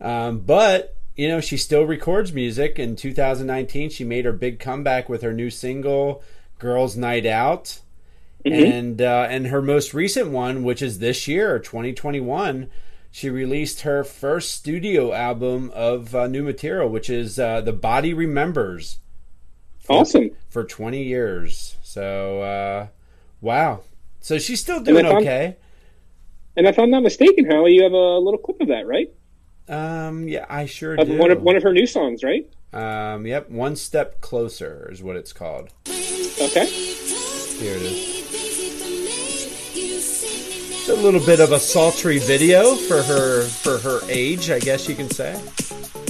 [SPEAKER 3] Um, but you know, she still records music. In 2019, she made her big comeback with her new single, Girls Night Out. And uh, and her most recent one, which is this year, 2021, she released her first studio album of uh, new material, which is uh, "The Body Remembers"
[SPEAKER 4] Awesome.
[SPEAKER 3] for 20 years. So, uh, wow! So she's still doing
[SPEAKER 4] And I found-
[SPEAKER 3] okay.
[SPEAKER 4] And if I'm not mistaken, Howie, you have a little clip of that, right?
[SPEAKER 3] Um, yeah, I sure
[SPEAKER 4] Of
[SPEAKER 3] do.
[SPEAKER 4] Uh, one of one of her new songs, right?
[SPEAKER 3] Um, yep, one step closer is what it's called.
[SPEAKER 4] Okay.
[SPEAKER 3] Here it is. It's a little bit of a sultry video for her for her age, I guess you can say.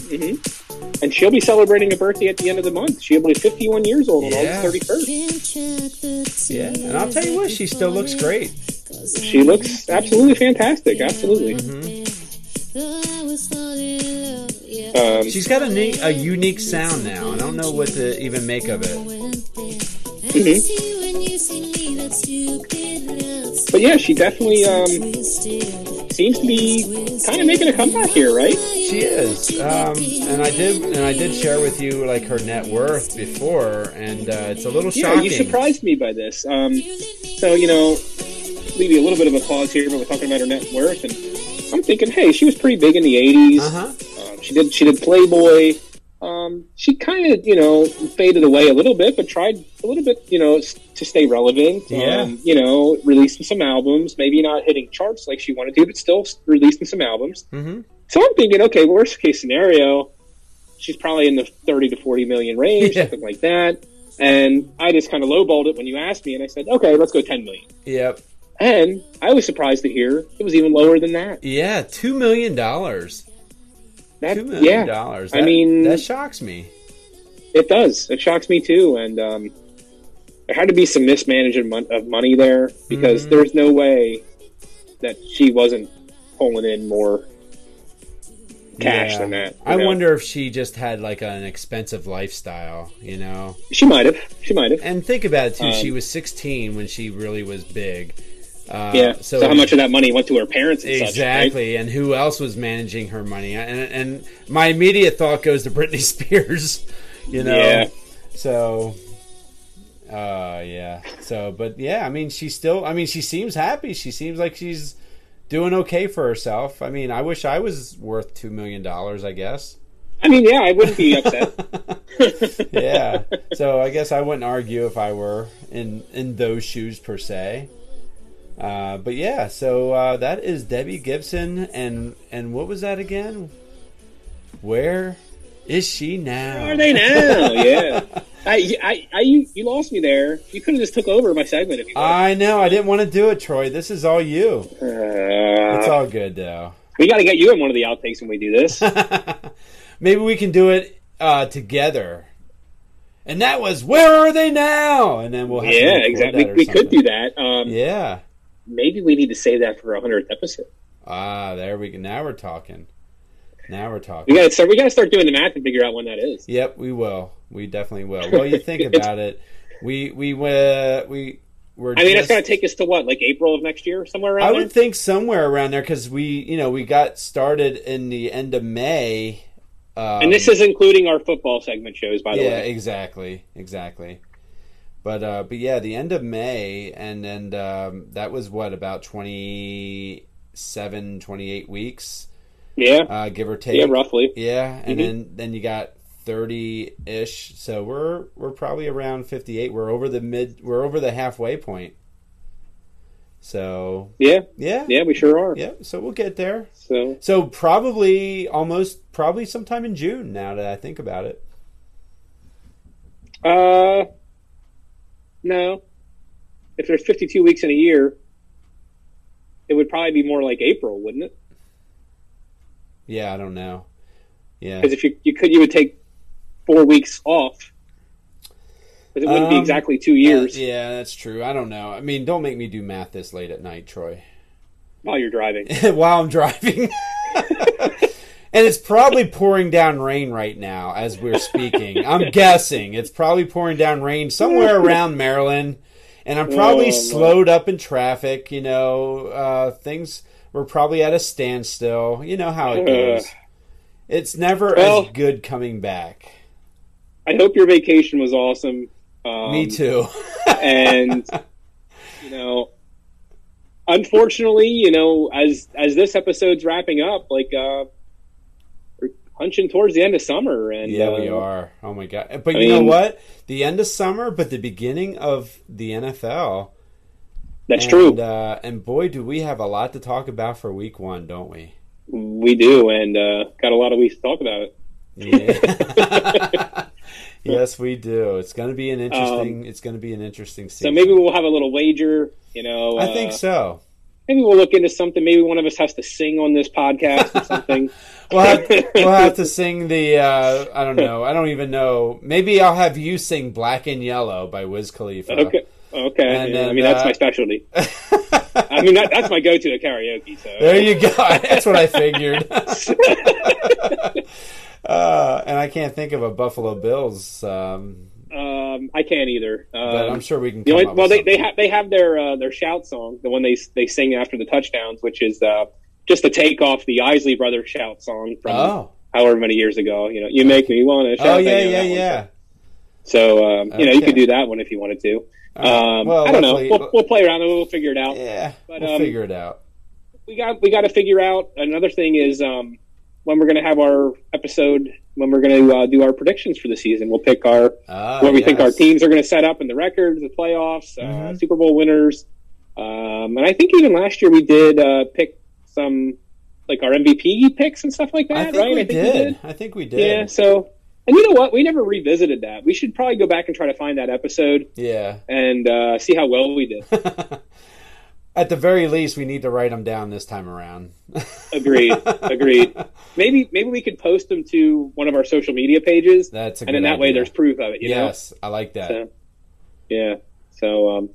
[SPEAKER 4] Mm-hmm. And she'll be celebrating a birthday at the end of the month. She'll be 51 years old on
[SPEAKER 3] Yeah.
[SPEAKER 4] August 31st.
[SPEAKER 3] Yeah, and I'll tell you what, she still looks great.
[SPEAKER 4] She looks absolutely fantastic. Absolutely.
[SPEAKER 3] Mm-hmm.
[SPEAKER 4] Um,
[SPEAKER 3] She's got a ne- a unique sound now. I don't know what to even make of it.
[SPEAKER 4] but yeah, she definitely um, seems to be kind of making a comeback here, right?
[SPEAKER 3] She is, um, and I did and I did share with you like her net worth before, and uh, it's a little
[SPEAKER 4] Yeah,
[SPEAKER 3] shocking.
[SPEAKER 4] you surprised me by this. Um, so you know, leave you a little bit of a pause here, but we're talking about her net worth, and I'm thinking, hey, she was pretty big in the '80s.
[SPEAKER 3] Uh huh.
[SPEAKER 4] Um, she did she did Playboy. Um, she kind of you know faded away a little bit, but tried a little bit you know s- to stay relevant.
[SPEAKER 3] Yeah.
[SPEAKER 4] Um, you know, releasing some albums, maybe not hitting charts like she wanted to, but still s- releasing some albums.
[SPEAKER 3] Mhm.
[SPEAKER 4] So I'm thinking, okay, worst case scenario, she's probably in the thirty to forty million range,
[SPEAKER 3] Yeah.
[SPEAKER 4] something like that. And I just kind of lowballed it when you asked me, and I said, okay, let's go ten million.
[SPEAKER 3] Yep.
[SPEAKER 4] And I was surprised to hear it was even lower than that.
[SPEAKER 3] Yeah, two million dollars.
[SPEAKER 4] That
[SPEAKER 3] Two million
[SPEAKER 4] yeah,
[SPEAKER 3] dollars.
[SPEAKER 4] I
[SPEAKER 3] That-
[SPEAKER 4] mean-
[SPEAKER 3] that shocks me.
[SPEAKER 4] It does. It shocks me too. And um, there had to be some mismanagement mon- of money there because
[SPEAKER 3] Mm-hmm.
[SPEAKER 4] there's no way that she wasn't pulling in more cash
[SPEAKER 3] Yeah.
[SPEAKER 4] than that. you
[SPEAKER 3] I
[SPEAKER 4] know?
[SPEAKER 3] wonder if she just had like an expensive lifestyle, you know.
[SPEAKER 4] She might have. She might have.
[SPEAKER 3] And think about it too.
[SPEAKER 4] Um,
[SPEAKER 3] she was 16 when she really was big. Uh,
[SPEAKER 4] yeah. So, how much of that money went to her parents? And Such, right?
[SPEAKER 3] Exactly, and who else was managing her money? And, and my immediate thought goes to Britney Spears, you know.
[SPEAKER 4] Yeah.
[SPEAKER 3] So, uh, yeah. So, but yeah, I mean, she still. I mean, she seems happy. She seems like she's doing okay for herself. I mean, I wish I was worth two million dollars. I guess.
[SPEAKER 4] I mean, yeah, I wouldn't be upset.
[SPEAKER 3] yeah. So I guess I wouldn't argue if I were in in those shoes per se. Uh, but yeah, so uh, that is Debbie Gibson, and and what was that again? Where is she now?
[SPEAKER 4] Where are they now? Yeah. I, I, I, you, you lost me there. You could have just took over my segment if you. wanted.
[SPEAKER 3] I know. I didn't want to do it, Troy. This is all you. It's
[SPEAKER 4] Uh,
[SPEAKER 3] all good though.
[SPEAKER 4] we got to get you in one of the outtakes when we do this.
[SPEAKER 3] Maybe we can do it uh, together. And that was where are they now? And then we'll have to
[SPEAKER 4] yeah,
[SPEAKER 3] record
[SPEAKER 4] exactly.
[SPEAKER 3] that or
[SPEAKER 4] We could
[SPEAKER 3] something.
[SPEAKER 4] do that. Um,
[SPEAKER 3] Yeah.
[SPEAKER 4] maybe we need to save that for a hundredth episode.
[SPEAKER 3] Ah, there we go. Now we're talking. Now we're talking.
[SPEAKER 4] We got to start. We got to start doing the math and figure out when that is.
[SPEAKER 3] Yep, we will. We definitely will. Well, you think about it. We we uh, we were.
[SPEAKER 4] I mean, it's
[SPEAKER 3] just,
[SPEAKER 4] going to take us to what, like April of next year, somewhere around
[SPEAKER 3] I
[SPEAKER 4] there.
[SPEAKER 3] would think somewhere around there because we you know we got started in the end of May. Um,
[SPEAKER 4] and this is including our football segment shows, by the
[SPEAKER 3] yeah,
[SPEAKER 4] way.
[SPEAKER 3] exactly, exactly. But uh, but yeah, the end of May, and and um, that was what about 27, 28 weeks,
[SPEAKER 4] Yeah,
[SPEAKER 3] uh, give or take.
[SPEAKER 4] yeah, roughly.
[SPEAKER 3] Yeah, and
[SPEAKER 4] Mhm.
[SPEAKER 3] then then you got thirty ish. So we're we're probably around fifty eight. We're over the mid. We're over the halfway point. So
[SPEAKER 4] Yeah,
[SPEAKER 3] yeah,
[SPEAKER 4] yeah, we sure are.
[SPEAKER 3] yeah, So we'll get there.
[SPEAKER 4] So
[SPEAKER 3] So probably almost probably sometime in June. Now that I think about it,
[SPEAKER 4] Uh, no. If there's 52 weeks in a year, it would probably be more like April, wouldn't it?
[SPEAKER 3] yeah, I don't know. Yeah,
[SPEAKER 4] Because if you you could, you would take four weeks off. Because it wouldn't be
[SPEAKER 3] Um,
[SPEAKER 4] exactly two
[SPEAKER 3] Uh,
[SPEAKER 4] years
[SPEAKER 3] yeah, that's true. I don't know. I mean, don't make me do math this late at night, Troy.
[SPEAKER 4] while you're driving.
[SPEAKER 3] while I'm driving. and it's probably pouring down rain right now as we're speaking. I'm guessing it's probably pouring down rain somewhere around Maryland. And I'm probably
[SPEAKER 4] Oh,
[SPEAKER 3] slowed up in traffic. You know, uh, things were probably at a standstill. You know how it
[SPEAKER 4] Ugh.
[SPEAKER 3] goes. It's never
[SPEAKER 4] Well-
[SPEAKER 3] as good coming back.
[SPEAKER 4] I hope your vacation was awesome. Um,
[SPEAKER 3] Me too.
[SPEAKER 4] and you know, unfortunately, you know, as as this episode's wrapping up, like uh, we're hunching towards the end of summer, and
[SPEAKER 3] Yeah, we
[SPEAKER 4] uh,
[SPEAKER 3] are. Oh my god! But
[SPEAKER 4] I
[SPEAKER 3] you know
[SPEAKER 4] mean-
[SPEAKER 3] what? The end of summer, but the beginning of the NFL.
[SPEAKER 4] That's
[SPEAKER 3] and,
[SPEAKER 4] true.
[SPEAKER 3] Uh, and boy, do we have a lot to talk about for week one, don't we?
[SPEAKER 4] we do, and uh, got a lot of weeks to talk about it.
[SPEAKER 3] Yeah. yes, we do. It's going to be an interesting. it's going to be an interesting
[SPEAKER 4] Um, So
[SPEAKER 3] season.
[SPEAKER 4] maybe we'll have a little wager. You know,
[SPEAKER 3] I think
[SPEAKER 4] uh,
[SPEAKER 3] so.
[SPEAKER 4] Maybe we'll look into something. Maybe one of us has to sing on this podcast or something.
[SPEAKER 3] We'll have, we'll have to sing the. Uh, I don't know. I don't even know. Maybe I'll have you sing "Black and Yellow" by Wiz Khalifa.
[SPEAKER 4] Okay. Okay.
[SPEAKER 3] And
[SPEAKER 4] yeah, I
[SPEAKER 3] then,
[SPEAKER 4] mean, that's
[SPEAKER 3] uh,
[SPEAKER 4] my specialty. I mean, that, that's my go-to at karaoke. So
[SPEAKER 3] There you go. That's what I figured. uh, and I can't think of a Buffalo Bills, um,
[SPEAKER 4] um, I can't either.
[SPEAKER 3] but
[SPEAKER 4] Um,
[SPEAKER 3] I'm sure we can.
[SPEAKER 4] the
[SPEAKER 3] Come
[SPEAKER 4] only,
[SPEAKER 3] up
[SPEAKER 4] well,
[SPEAKER 3] with
[SPEAKER 4] they, they
[SPEAKER 3] something.
[SPEAKER 4] have they have their uh, their shout song, the one they they sing after the touchdowns, which is uh, just a take off the Isley Brothers shout song from
[SPEAKER 3] Oh,
[SPEAKER 4] however many years ago. You know, you make me want to shout.
[SPEAKER 3] oh
[SPEAKER 4] you
[SPEAKER 3] yeah,
[SPEAKER 4] know,
[SPEAKER 3] yeah,
[SPEAKER 4] that one.
[SPEAKER 3] yeah.
[SPEAKER 4] So um, you know, you
[SPEAKER 3] Okay.
[SPEAKER 4] could do that one if you wanted to.
[SPEAKER 3] Uh,
[SPEAKER 4] Um,
[SPEAKER 3] well,
[SPEAKER 4] I don't
[SPEAKER 3] luckily-
[SPEAKER 4] know. We'll, we'll play around. and We'll figure it out.
[SPEAKER 3] Yeah,
[SPEAKER 4] But,
[SPEAKER 3] we'll
[SPEAKER 4] um,
[SPEAKER 3] figure it out.
[SPEAKER 4] we got we got to figure out another thing is um, when we're going to have our episode when we're going to uh, do our predictions for the season. We'll pick our
[SPEAKER 3] Ah,
[SPEAKER 4] what we think our
[SPEAKER 3] yes.
[SPEAKER 4] teams are going to set up in the records, the playoffs, uh,
[SPEAKER 3] Mhm.
[SPEAKER 4] Super Bowl winners, um, and I think even last year we did uh, pick some like our MVP picks and stuff like that,
[SPEAKER 3] I think
[SPEAKER 4] right?
[SPEAKER 3] we
[SPEAKER 4] I think
[SPEAKER 3] did.
[SPEAKER 4] we did.
[SPEAKER 3] I think we
[SPEAKER 4] Yeah.
[SPEAKER 3] did.
[SPEAKER 4] So, and you know what? We never revisited that. We should probably go back and try to find that episode
[SPEAKER 3] Yeah.
[SPEAKER 4] and uh, see how well we did.
[SPEAKER 3] At the very least, we need to write them down this time around.
[SPEAKER 4] Agreed. Agreed. Maybe maybe we could post them to one of our social media pages,
[SPEAKER 3] That's a
[SPEAKER 4] and in
[SPEAKER 3] good
[SPEAKER 4] that way,
[SPEAKER 3] idea.
[SPEAKER 4] there's proof of it. You
[SPEAKER 3] yes, I like that.
[SPEAKER 4] So- know, yeah. So, um,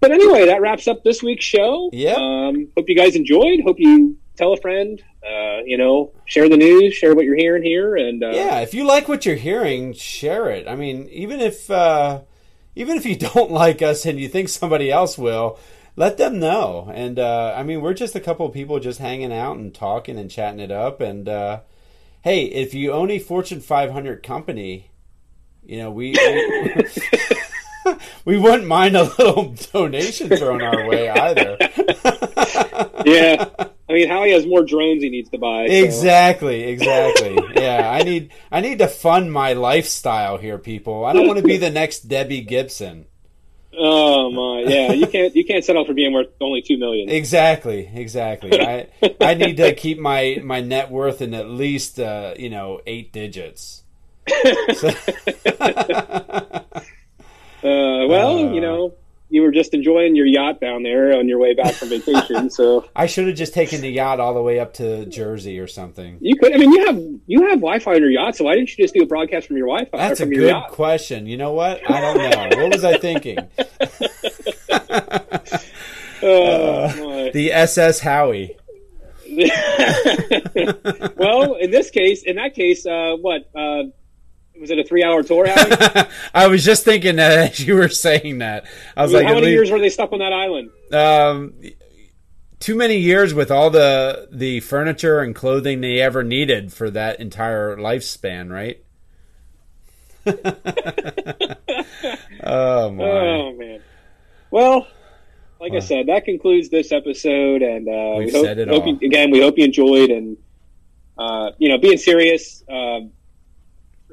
[SPEAKER 4] but anyway, that wraps up this week's show.
[SPEAKER 3] Yeah.
[SPEAKER 4] Um, hope you guys enjoyed. Hope you tell a friend. Uh, you know, share the news, share what you're hearing here, and uh,
[SPEAKER 3] yeah if you like what you're hearing share it i mean even if uh even if you don't like us and you think somebody else will let them know and uh i mean we're just a couple of people just hanging out and talking and chatting it up and uh hey if you own a fortune 500 company you know we we, we wouldn't mind a little donation thrown our way either
[SPEAKER 4] yeah. I mean, Howie has more drones he needs to buy. so-
[SPEAKER 3] Exactly, exactly. yeah, I need I need to fund my lifestyle here, people. I don't want to be the next Debbie Gibson.
[SPEAKER 4] Oh my, yeah. You can't you can't settle for being worth only two million.
[SPEAKER 3] Exactly, exactly. I I need to keep my my net worth in at least uh, you know eight digits. So-
[SPEAKER 4] Uh, well,
[SPEAKER 3] Uh.
[SPEAKER 4] you know, you were just enjoying your yacht down there on your way back from vacation, so
[SPEAKER 3] I should have just taken the yacht all the way up to Jersey or something.
[SPEAKER 4] you could. I mean, you have you have Wi-Fi on your yacht, so why didn't you just do a broadcast from your Wi-Fi? or
[SPEAKER 3] That's a
[SPEAKER 4] from your
[SPEAKER 3] good
[SPEAKER 4] yacht?
[SPEAKER 3] question. You know what? I don't know. What was I thinking?
[SPEAKER 4] Oh,
[SPEAKER 3] uh,
[SPEAKER 4] my.
[SPEAKER 3] The SS Howie.
[SPEAKER 4] well, in this case, in that case, uh, what uh, was it? A three-hour tour? Howie?
[SPEAKER 3] I was just thinking that as you were saying that. I was like,
[SPEAKER 4] How
[SPEAKER 3] at
[SPEAKER 4] many
[SPEAKER 3] least-
[SPEAKER 4] years were they stuck on that island?
[SPEAKER 3] um, too many years with all the the furniture and clothing they ever needed for that entire lifespan, right? oh my!
[SPEAKER 4] Oh man. Well, like I said, that concludes this episode, and uh, we
[SPEAKER 3] We've
[SPEAKER 4] hope,
[SPEAKER 3] said it
[SPEAKER 4] hope
[SPEAKER 3] all.
[SPEAKER 4] You, again we hope you enjoyed, and uh, you know, being serious, um,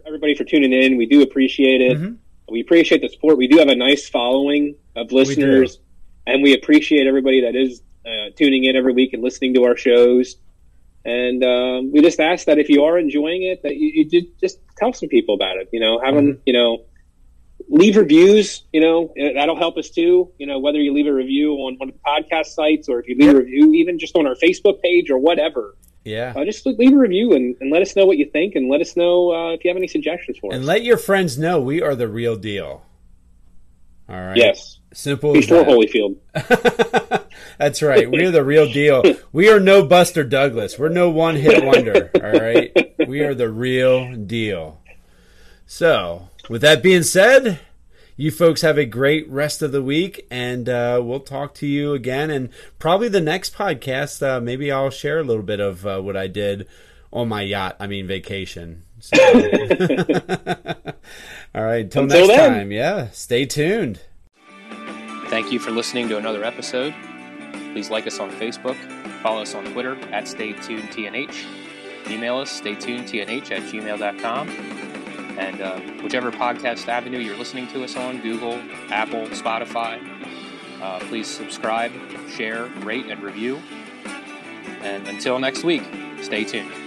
[SPEAKER 4] everybody for tuning in. We do appreciate it.
[SPEAKER 3] Mhm.
[SPEAKER 4] We appreciate the support. We do have a nice following of listeners, and we appreciate everybody that is uh, tuning in every week and listening to our shows. And um, we just ask that if you are enjoying it, that you, you do, just tell some people about it. You know, have them, you know, leave reviews. You know, eh, that'll help us too. You know, whether you leave a review on one of the podcast sites or if you leave a review even just on our Facebook page or whatever,
[SPEAKER 3] yeah,
[SPEAKER 4] uh, just leave a review and, and let us know what you think and let us know uh, if you have any suggestions for us.
[SPEAKER 3] and let your friends know we are the real deal. All right.
[SPEAKER 4] yes,
[SPEAKER 3] Simple. As
[SPEAKER 4] before
[SPEAKER 3] that.
[SPEAKER 4] Holyfield.
[SPEAKER 3] That's right. We're the real deal. We are no Buster Douglas. We're no one hit wonder. All right. We are the real deal. So, with that being said, you folks have a great rest of the week, and uh, we'll talk to you again. And probably the next podcast, uh, maybe I'll share a little bit of uh, what I did on my yacht. I mean vacation. So- All right, until
[SPEAKER 4] Until
[SPEAKER 3] next
[SPEAKER 4] then.
[SPEAKER 3] time. Yeah, stay tuned.
[SPEAKER 2] Thank you for listening to another episode. Please like us on Facebook, follow us on Twitter at StayTunedTNH, email us StayTunedTNH at gmail.com, and uh, whichever podcast avenue you're listening to us on Google, Apple, Spotify. Uh, please subscribe, share, rate, and review. And until next week, stay tuned.